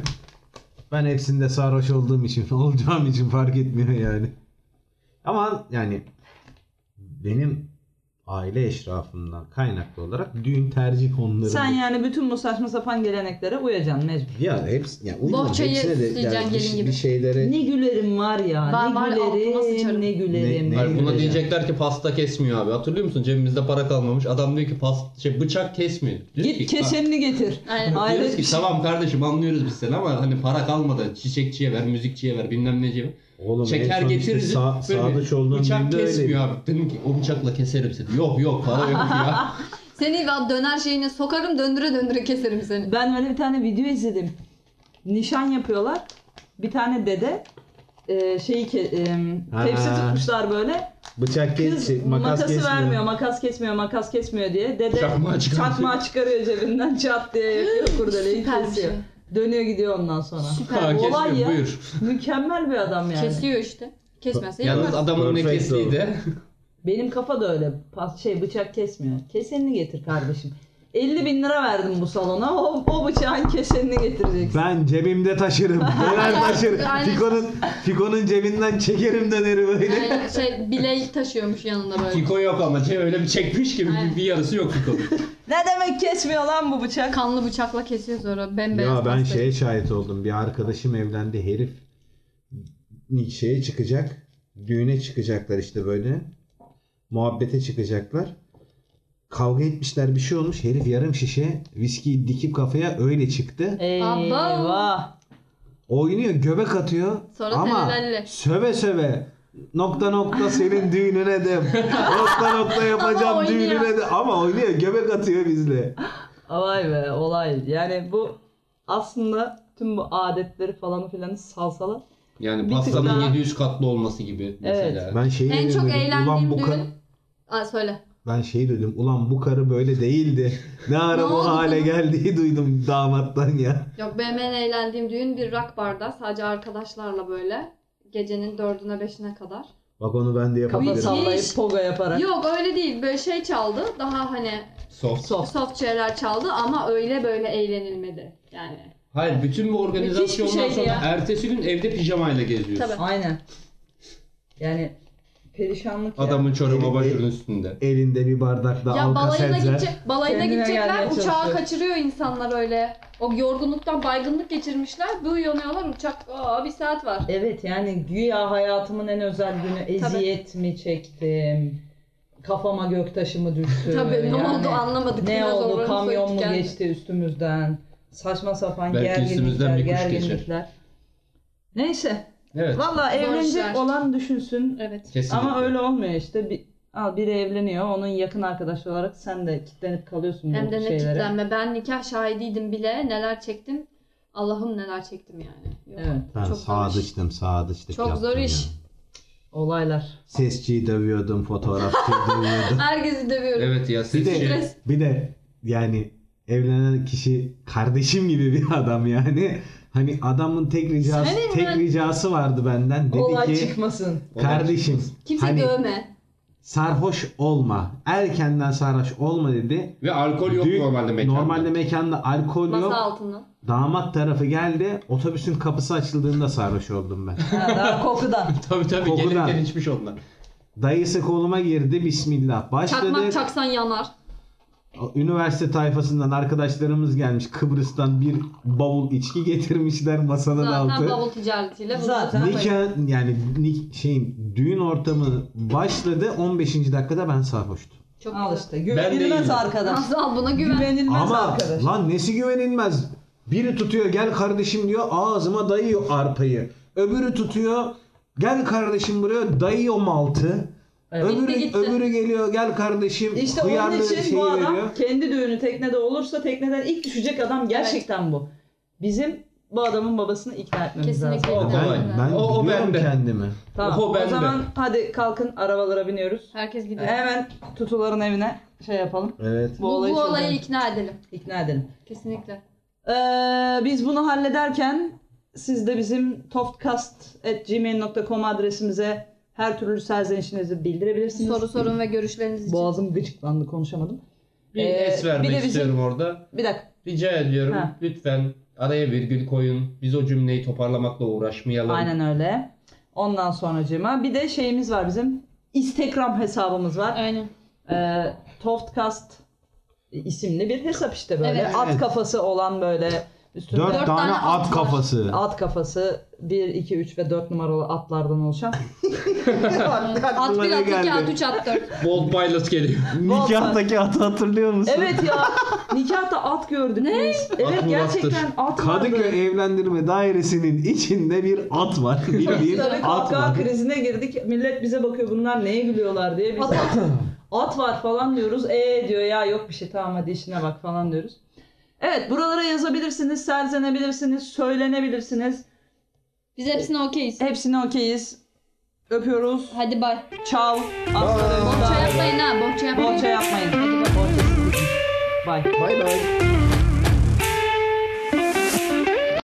[SPEAKER 3] Ben hepsinde sarhoş olduğum için, olacağım için fark etmiyor yani. Ama yani benim aile eşrafımdan kaynaklı olarak düğün tercih onların.
[SPEAKER 1] Sen yani bütün bu saçma sapan geleneklere uyacaksın mecbur.
[SPEAKER 3] Ya hepsi, ya uydurma,
[SPEAKER 2] Bohçayı
[SPEAKER 3] hepsine de
[SPEAKER 2] süsleyeceksin
[SPEAKER 3] bir,
[SPEAKER 2] gelin
[SPEAKER 3] şey-
[SPEAKER 2] gibi.
[SPEAKER 3] bir şeylere
[SPEAKER 1] Ne gülerim var ya,
[SPEAKER 2] Ben
[SPEAKER 1] ne
[SPEAKER 2] var ya,
[SPEAKER 1] gülerim,
[SPEAKER 2] altıma sıçarım.
[SPEAKER 1] ne gülerim.
[SPEAKER 3] Ne- ne-
[SPEAKER 4] Hayır, buna
[SPEAKER 3] Öyle
[SPEAKER 4] diyecekler ki pasta kesmiyor abi. Hatırlıyor musun? Cebimizde para kalmamış. Adam diyor ki past şey, bıçak kesmiyor. Diyoruz ki,
[SPEAKER 1] Git kesenini getir.
[SPEAKER 2] Aynen.
[SPEAKER 4] "Ha." Diyoruz
[SPEAKER 1] Hayret bir
[SPEAKER 4] ki
[SPEAKER 1] şey.
[SPEAKER 4] tamam kardeşim anlıyoruz biz seni ama hani para kalmadı. Çiçekçiye ver, müzikçiye ver, bilmem neciye ver.
[SPEAKER 3] Oğlum
[SPEAKER 4] Çeker
[SPEAKER 3] en son
[SPEAKER 4] getiririz.
[SPEAKER 3] işte sağ,
[SPEAKER 4] böyle
[SPEAKER 3] sağdıç olduğum
[SPEAKER 4] Bıçak
[SPEAKER 3] günde
[SPEAKER 4] kesmiyor
[SPEAKER 3] öyleydi.
[SPEAKER 4] abi. Dedim ki o bıçakla keserim seni. Yok yok para yok ya.
[SPEAKER 2] Seni va- döner şeyine sokarım döndüre döndüre keserim seni.
[SPEAKER 1] şey. Ben öyle bir tane video izledim. Nişan yapıyorlar. Bir tane dede e, şeyi ke, e,
[SPEAKER 3] Ha.
[SPEAKER 1] tepsi tutmuşlar böyle. Kız
[SPEAKER 3] Bıçak kes, şey, makas
[SPEAKER 1] makası
[SPEAKER 3] kesmiyor.
[SPEAKER 1] vermiyor, makas kesmiyor, makas kesmiyor diye. Dede
[SPEAKER 4] Çakmağı çıkartıyor.
[SPEAKER 1] çakmağı çıkarıyor cebinden çat diye yapıyor kurdeleyi
[SPEAKER 2] Süper bir
[SPEAKER 1] kesiyor.
[SPEAKER 2] şey.
[SPEAKER 1] Dönüyor gidiyor ondan sonra.
[SPEAKER 4] Ha,
[SPEAKER 2] Süper.
[SPEAKER 1] olay
[SPEAKER 4] kesmiyor
[SPEAKER 1] ya.
[SPEAKER 4] buyur.
[SPEAKER 1] Mükemmel bir adam yani.
[SPEAKER 2] Kesiyor işte. Kesmezse
[SPEAKER 4] Yalnız
[SPEAKER 2] yapmaz.
[SPEAKER 4] adamın ne
[SPEAKER 3] Perfect
[SPEAKER 4] kestiği de
[SPEAKER 1] Benim kafa da öyle. Pas- Şey bıçak kesmiyor. Kesenini getir kardeşim. 50 bin lira verdim bu salona. O, o bıçağın kesenini getireceksin.
[SPEAKER 3] Ben cebimde taşırım. Döner taşır.
[SPEAKER 2] Aynen.
[SPEAKER 3] Fiko'nun, Fiko'nun cebinden çekerim döneri böyle.
[SPEAKER 2] Yani şey bilek taşıyormuş yanında böyle.
[SPEAKER 4] Fiko yok ama şey öyle bir çekmiş gibi
[SPEAKER 2] Aynen.
[SPEAKER 4] bir, bir yarısı yok Fiko.
[SPEAKER 1] Ne demek kesmiyor lan bu bıçak?
[SPEAKER 2] Kanlı bıçakla kesiyor sonra bembeyaz.
[SPEAKER 3] Ya ben şey
[SPEAKER 2] pastayı.
[SPEAKER 3] şeye şahit oldum. Bir arkadaşım evlendi herif. Şeye çıkacak. Düğüne çıkacaklar işte böyle. Muhabbete çıkacaklar. Kavga etmişler bir şey olmuş. Herif yarım şişe viskiyi dikip kafaya öyle çıktı.
[SPEAKER 1] Eyvah.
[SPEAKER 3] Oynuyor göbek atıyor.
[SPEAKER 2] Sonra
[SPEAKER 3] ama
[SPEAKER 2] telelelle.
[SPEAKER 3] söve söve nokta nokta senin düğününe de nokta nokta yapacağım
[SPEAKER 2] Ama oynuyor.
[SPEAKER 3] düğününe de ama oynuyor göbek atıyor bizle.
[SPEAKER 1] Vay be olay. Yani bu aslında tüm bu adetleri falanı filanı salsalar.
[SPEAKER 4] Yani
[SPEAKER 1] Bir tık
[SPEAKER 4] pastanın
[SPEAKER 1] daha-
[SPEAKER 4] 700 katlı olması gibi mesela.
[SPEAKER 3] Ben şeyi
[SPEAKER 2] En çok
[SPEAKER 3] dedim, ulan
[SPEAKER 2] eğlendiğim
[SPEAKER 3] bu
[SPEAKER 2] düğün...
[SPEAKER 3] ka-
[SPEAKER 2] Aa, söyle.
[SPEAKER 3] ben şeyi duydum ulan bu karı böyle değildi. Ne
[SPEAKER 2] Ne
[SPEAKER 3] ara bu
[SPEAKER 2] oldu
[SPEAKER 3] hale
[SPEAKER 2] bunun?
[SPEAKER 3] geldiği duydum damattan ya.
[SPEAKER 2] Yok benim en eğlendiğim düğün bir rock barda. Sadece arkadaşlarla böyle. Gecenin dördüne beşine kadar.
[SPEAKER 3] Bak onu ben de
[SPEAKER 1] Kafa
[SPEAKER 3] yapabilirim.
[SPEAKER 2] Kapasal.
[SPEAKER 1] sallayıp poga yaparak.
[SPEAKER 2] Yok öyle değil. Böyle şey çaldı. Daha hani
[SPEAKER 4] Soft.
[SPEAKER 1] Soft.
[SPEAKER 2] soft şeyler çaldı ama öyle böyle eğlenilmedi. Yani.
[SPEAKER 4] Hayır bütün bu organizasyondan
[SPEAKER 2] Müthiş bir şeydi
[SPEAKER 4] sonra
[SPEAKER 2] ya.
[SPEAKER 4] ertesi gün evde pijamayla geziyorsun.
[SPEAKER 2] Tabii.
[SPEAKER 1] Aynen. Yani perişanlık ya.
[SPEAKER 4] Adamın çorabı
[SPEAKER 3] Elinde-
[SPEAKER 4] abajurun üstünde.
[SPEAKER 3] Elinde bir bardak da
[SPEAKER 2] Ya balayına,
[SPEAKER 3] alka
[SPEAKER 2] gidecek, balayına
[SPEAKER 1] Kendine
[SPEAKER 2] gidecekler
[SPEAKER 1] gelmeye
[SPEAKER 2] uçağı
[SPEAKER 1] çalışıyor.
[SPEAKER 2] kaçırıyor insanlar öyle. O yorgunluktan baygınlık geçirmişler. Bir uyanıyorlar uçak aa bir saat var.
[SPEAKER 1] Evet yani güya hayatımın en özel günü eziyet mi çektim? Kafama göktaşı mı düştü?
[SPEAKER 2] Tabii ne
[SPEAKER 1] Yani
[SPEAKER 2] oldu anlamadık.
[SPEAKER 1] Ne
[SPEAKER 2] Biraz
[SPEAKER 1] oldu
[SPEAKER 2] oraları
[SPEAKER 1] kamyon mu
[SPEAKER 2] söyledik yani.
[SPEAKER 1] geçti üstümüzden? Saçma sapan
[SPEAKER 4] Belki üstümüzden
[SPEAKER 1] gerginlikler
[SPEAKER 4] bir kuş geçer.
[SPEAKER 1] gerginlikler. Neyse.
[SPEAKER 4] Evet.
[SPEAKER 1] Valla
[SPEAKER 2] Zor işler.
[SPEAKER 1] evlenecek olan düşünsün.
[SPEAKER 2] Evet.
[SPEAKER 4] Kesinlikle.
[SPEAKER 1] Ama öyle olmuyor işte. Bir, al biri evleniyor. Onun yakın arkadaşı olarak sen de kitlenip kalıyorsun
[SPEAKER 2] Hem
[SPEAKER 1] bu
[SPEAKER 2] de ne
[SPEAKER 1] şeylere.
[SPEAKER 2] kitlenme. Ben nikah şahidiydim bile. Neler çektim. Allah'ım neler çektim yani. Yok.
[SPEAKER 1] Evet.
[SPEAKER 3] Ben
[SPEAKER 2] Çok
[SPEAKER 3] sağa
[SPEAKER 2] zor iş.
[SPEAKER 3] dıştım sağa dıştık
[SPEAKER 2] Çok zor
[SPEAKER 3] yaptım
[SPEAKER 2] iş.
[SPEAKER 3] ya.
[SPEAKER 1] Olaylar.
[SPEAKER 3] Sesçiyi dövüyordum fotoğrafçıyı dövüyordum.
[SPEAKER 2] Herkesi dövüyorum.
[SPEAKER 4] Evet ya şey-
[SPEAKER 3] Bir
[SPEAKER 4] sesçi.
[SPEAKER 3] de,
[SPEAKER 2] Stres.
[SPEAKER 3] bir de yani evlenen kişi kardeşim gibi bir adam yani. Hani adamın tek ricası
[SPEAKER 1] Senin
[SPEAKER 3] tek
[SPEAKER 1] ben-
[SPEAKER 3] ricası vardı benden. Dedi
[SPEAKER 1] Olay
[SPEAKER 3] ki
[SPEAKER 1] çıkmasın.
[SPEAKER 3] kardeşim
[SPEAKER 2] Kimse
[SPEAKER 3] hani
[SPEAKER 2] dövme.
[SPEAKER 3] sarhoş olma. Erkenden sarhoş olma dedi.
[SPEAKER 4] Ve alkol yok
[SPEAKER 3] Düğün-
[SPEAKER 4] normalde mekanda.
[SPEAKER 3] Normalde mekanda alkol
[SPEAKER 2] Masa
[SPEAKER 3] yok.
[SPEAKER 2] altından.
[SPEAKER 3] Damat tarafı geldi. Otobüsün kapısı açıldığında sarhoş oldum ben.
[SPEAKER 1] Ha, daha kokudan.
[SPEAKER 4] Tabii tabii
[SPEAKER 3] Kokudan.
[SPEAKER 4] gelirken şey içmiş onlar.
[SPEAKER 3] Dayısı koluma girdi. Bismillah. Başladı.
[SPEAKER 2] Çakmak çaksan yanar.
[SPEAKER 3] Üniversite tayfasından arkadaşlarımız gelmiş. Kıbrıs'tan bir bavul içki getirmişler masanın altı.
[SPEAKER 2] Zaten bavul ticaretiyle. bunu
[SPEAKER 1] Zaten.
[SPEAKER 2] yapamayız.
[SPEAKER 3] Nikah yani nik- şeyin düğün ortamı başladı 15. dakikada ben sarhoştum.
[SPEAKER 2] Çok
[SPEAKER 1] Al
[SPEAKER 2] güzel.
[SPEAKER 1] işte.
[SPEAKER 4] değilim.
[SPEAKER 1] Güvenilmez arkadaş.
[SPEAKER 2] Nasıl al buna güven.
[SPEAKER 1] Güvenilmez
[SPEAKER 3] Ama
[SPEAKER 1] arkadaş.
[SPEAKER 3] lan nesi güvenilmez? Biri tutuyor gel kardeşim diyor ağzıma dayıyor arpayı. Öbürü tutuyor gel kardeşim buraya dayıyor maltı.
[SPEAKER 1] Evet.
[SPEAKER 3] Öbürü
[SPEAKER 2] Bitti gitti.
[SPEAKER 3] öbürü geliyor gel kardeşim
[SPEAKER 1] İşte onun
[SPEAKER 3] hıyarlı
[SPEAKER 1] için
[SPEAKER 3] şeyi
[SPEAKER 1] bu adam
[SPEAKER 3] veriyor.
[SPEAKER 1] kendi düğünü teknede olursa tekneden ilk düşecek adam gerçekten bu. Bizim bu adamın babasını ikna etmemiz
[SPEAKER 2] Kesinlikle.
[SPEAKER 1] lazım.
[SPEAKER 4] O
[SPEAKER 3] Ben,
[SPEAKER 4] kolay.
[SPEAKER 3] ben
[SPEAKER 4] O- o
[SPEAKER 3] biliyorum
[SPEAKER 4] bende.
[SPEAKER 3] kendimi.
[SPEAKER 1] Tamam.
[SPEAKER 4] Oho, ben
[SPEAKER 1] o
[SPEAKER 4] de.
[SPEAKER 1] zaman hadi kalkın arabalara biniyoruz.
[SPEAKER 2] Herkes gidiyor.
[SPEAKER 1] Hemen tutuların evine şey yapalım.
[SPEAKER 3] Evet.
[SPEAKER 1] Bu,
[SPEAKER 2] Bu, bu
[SPEAKER 1] olayı,
[SPEAKER 2] olayı,
[SPEAKER 1] çözelim,
[SPEAKER 2] ikna edelim.
[SPEAKER 1] ikna edelim.
[SPEAKER 2] Kesinlikle.
[SPEAKER 1] Ee, biz bunu hallederken siz de bizim toftcast.gmail.com adresimize her türlü serzenişinizi bildirebilirsiniz.
[SPEAKER 2] Soru sorun ve görüşleriniz için.
[SPEAKER 1] Boğazım gıcıklandı konuşamadım.
[SPEAKER 4] Bir
[SPEAKER 1] Ee,
[SPEAKER 4] es vermek
[SPEAKER 1] bir de bizim-
[SPEAKER 4] istiyorum orada.
[SPEAKER 1] Bir dakika.
[SPEAKER 4] Rica ediyorum
[SPEAKER 1] Ha.
[SPEAKER 4] lütfen araya virgül koyun. Biz o cümleyi toparlamakla uğraşmayalım.
[SPEAKER 1] Aynen öyle. Ondan sonracığıma bir de şeyimiz var bizim. Instagram hesabımız var.
[SPEAKER 2] Aynen.
[SPEAKER 1] Ee, Toftcast isimli bir hesap işte böyle.
[SPEAKER 2] Evet.
[SPEAKER 1] At kafası olan böyle üstünde
[SPEAKER 3] Dört,
[SPEAKER 2] Dört
[SPEAKER 3] tane,
[SPEAKER 2] tane at
[SPEAKER 3] at
[SPEAKER 2] var.
[SPEAKER 3] kafası.
[SPEAKER 1] at kafası 1, 2, 3 ve 4 numaralı atlardan oluşan.
[SPEAKER 2] At
[SPEAKER 3] Aklıma
[SPEAKER 2] 1,
[SPEAKER 3] ne
[SPEAKER 2] at 2,
[SPEAKER 3] geldi?
[SPEAKER 2] at 3, at 4.
[SPEAKER 4] Bold Pilot geliyor.
[SPEAKER 3] Nikahtaki atı hatırlıyor musun?
[SPEAKER 1] evet ya nikahta at gördük ne? biz. Evet
[SPEAKER 4] At mı
[SPEAKER 1] gerçekten at vardı.
[SPEAKER 3] Kadıköy Evlendirme Dairesi'nin içinde bir at var. Bildiğin
[SPEAKER 1] Tabii
[SPEAKER 3] at
[SPEAKER 1] kahkaha
[SPEAKER 3] var.
[SPEAKER 1] krizine girdik. Millet bize bakıyor bunlar neye gülüyorlar diye. Biz
[SPEAKER 2] At, at.
[SPEAKER 1] at var falan diyoruz. E diyor ya yok bir şey tamam hadi işine bak falan diyoruz. Evet buralara yazabilirsiniz, serzenebilirsiniz, söylenebilirsiniz.
[SPEAKER 2] Biz hepsine okeyiz.
[SPEAKER 1] Hepsine okeyiz. Öpüyoruz.
[SPEAKER 2] Hadi bay.
[SPEAKER 1] Çav. Hasta
[SPEAKER 2] Bohça
[SPEAKER 1] dövüşler.
[SPEAKER 2] yapmayın ha. Bohça yapmayın.
[SPEAKER 1] Bohça yapmayın. Bohça. Bye.
[SPEAKER 4] Bay bay.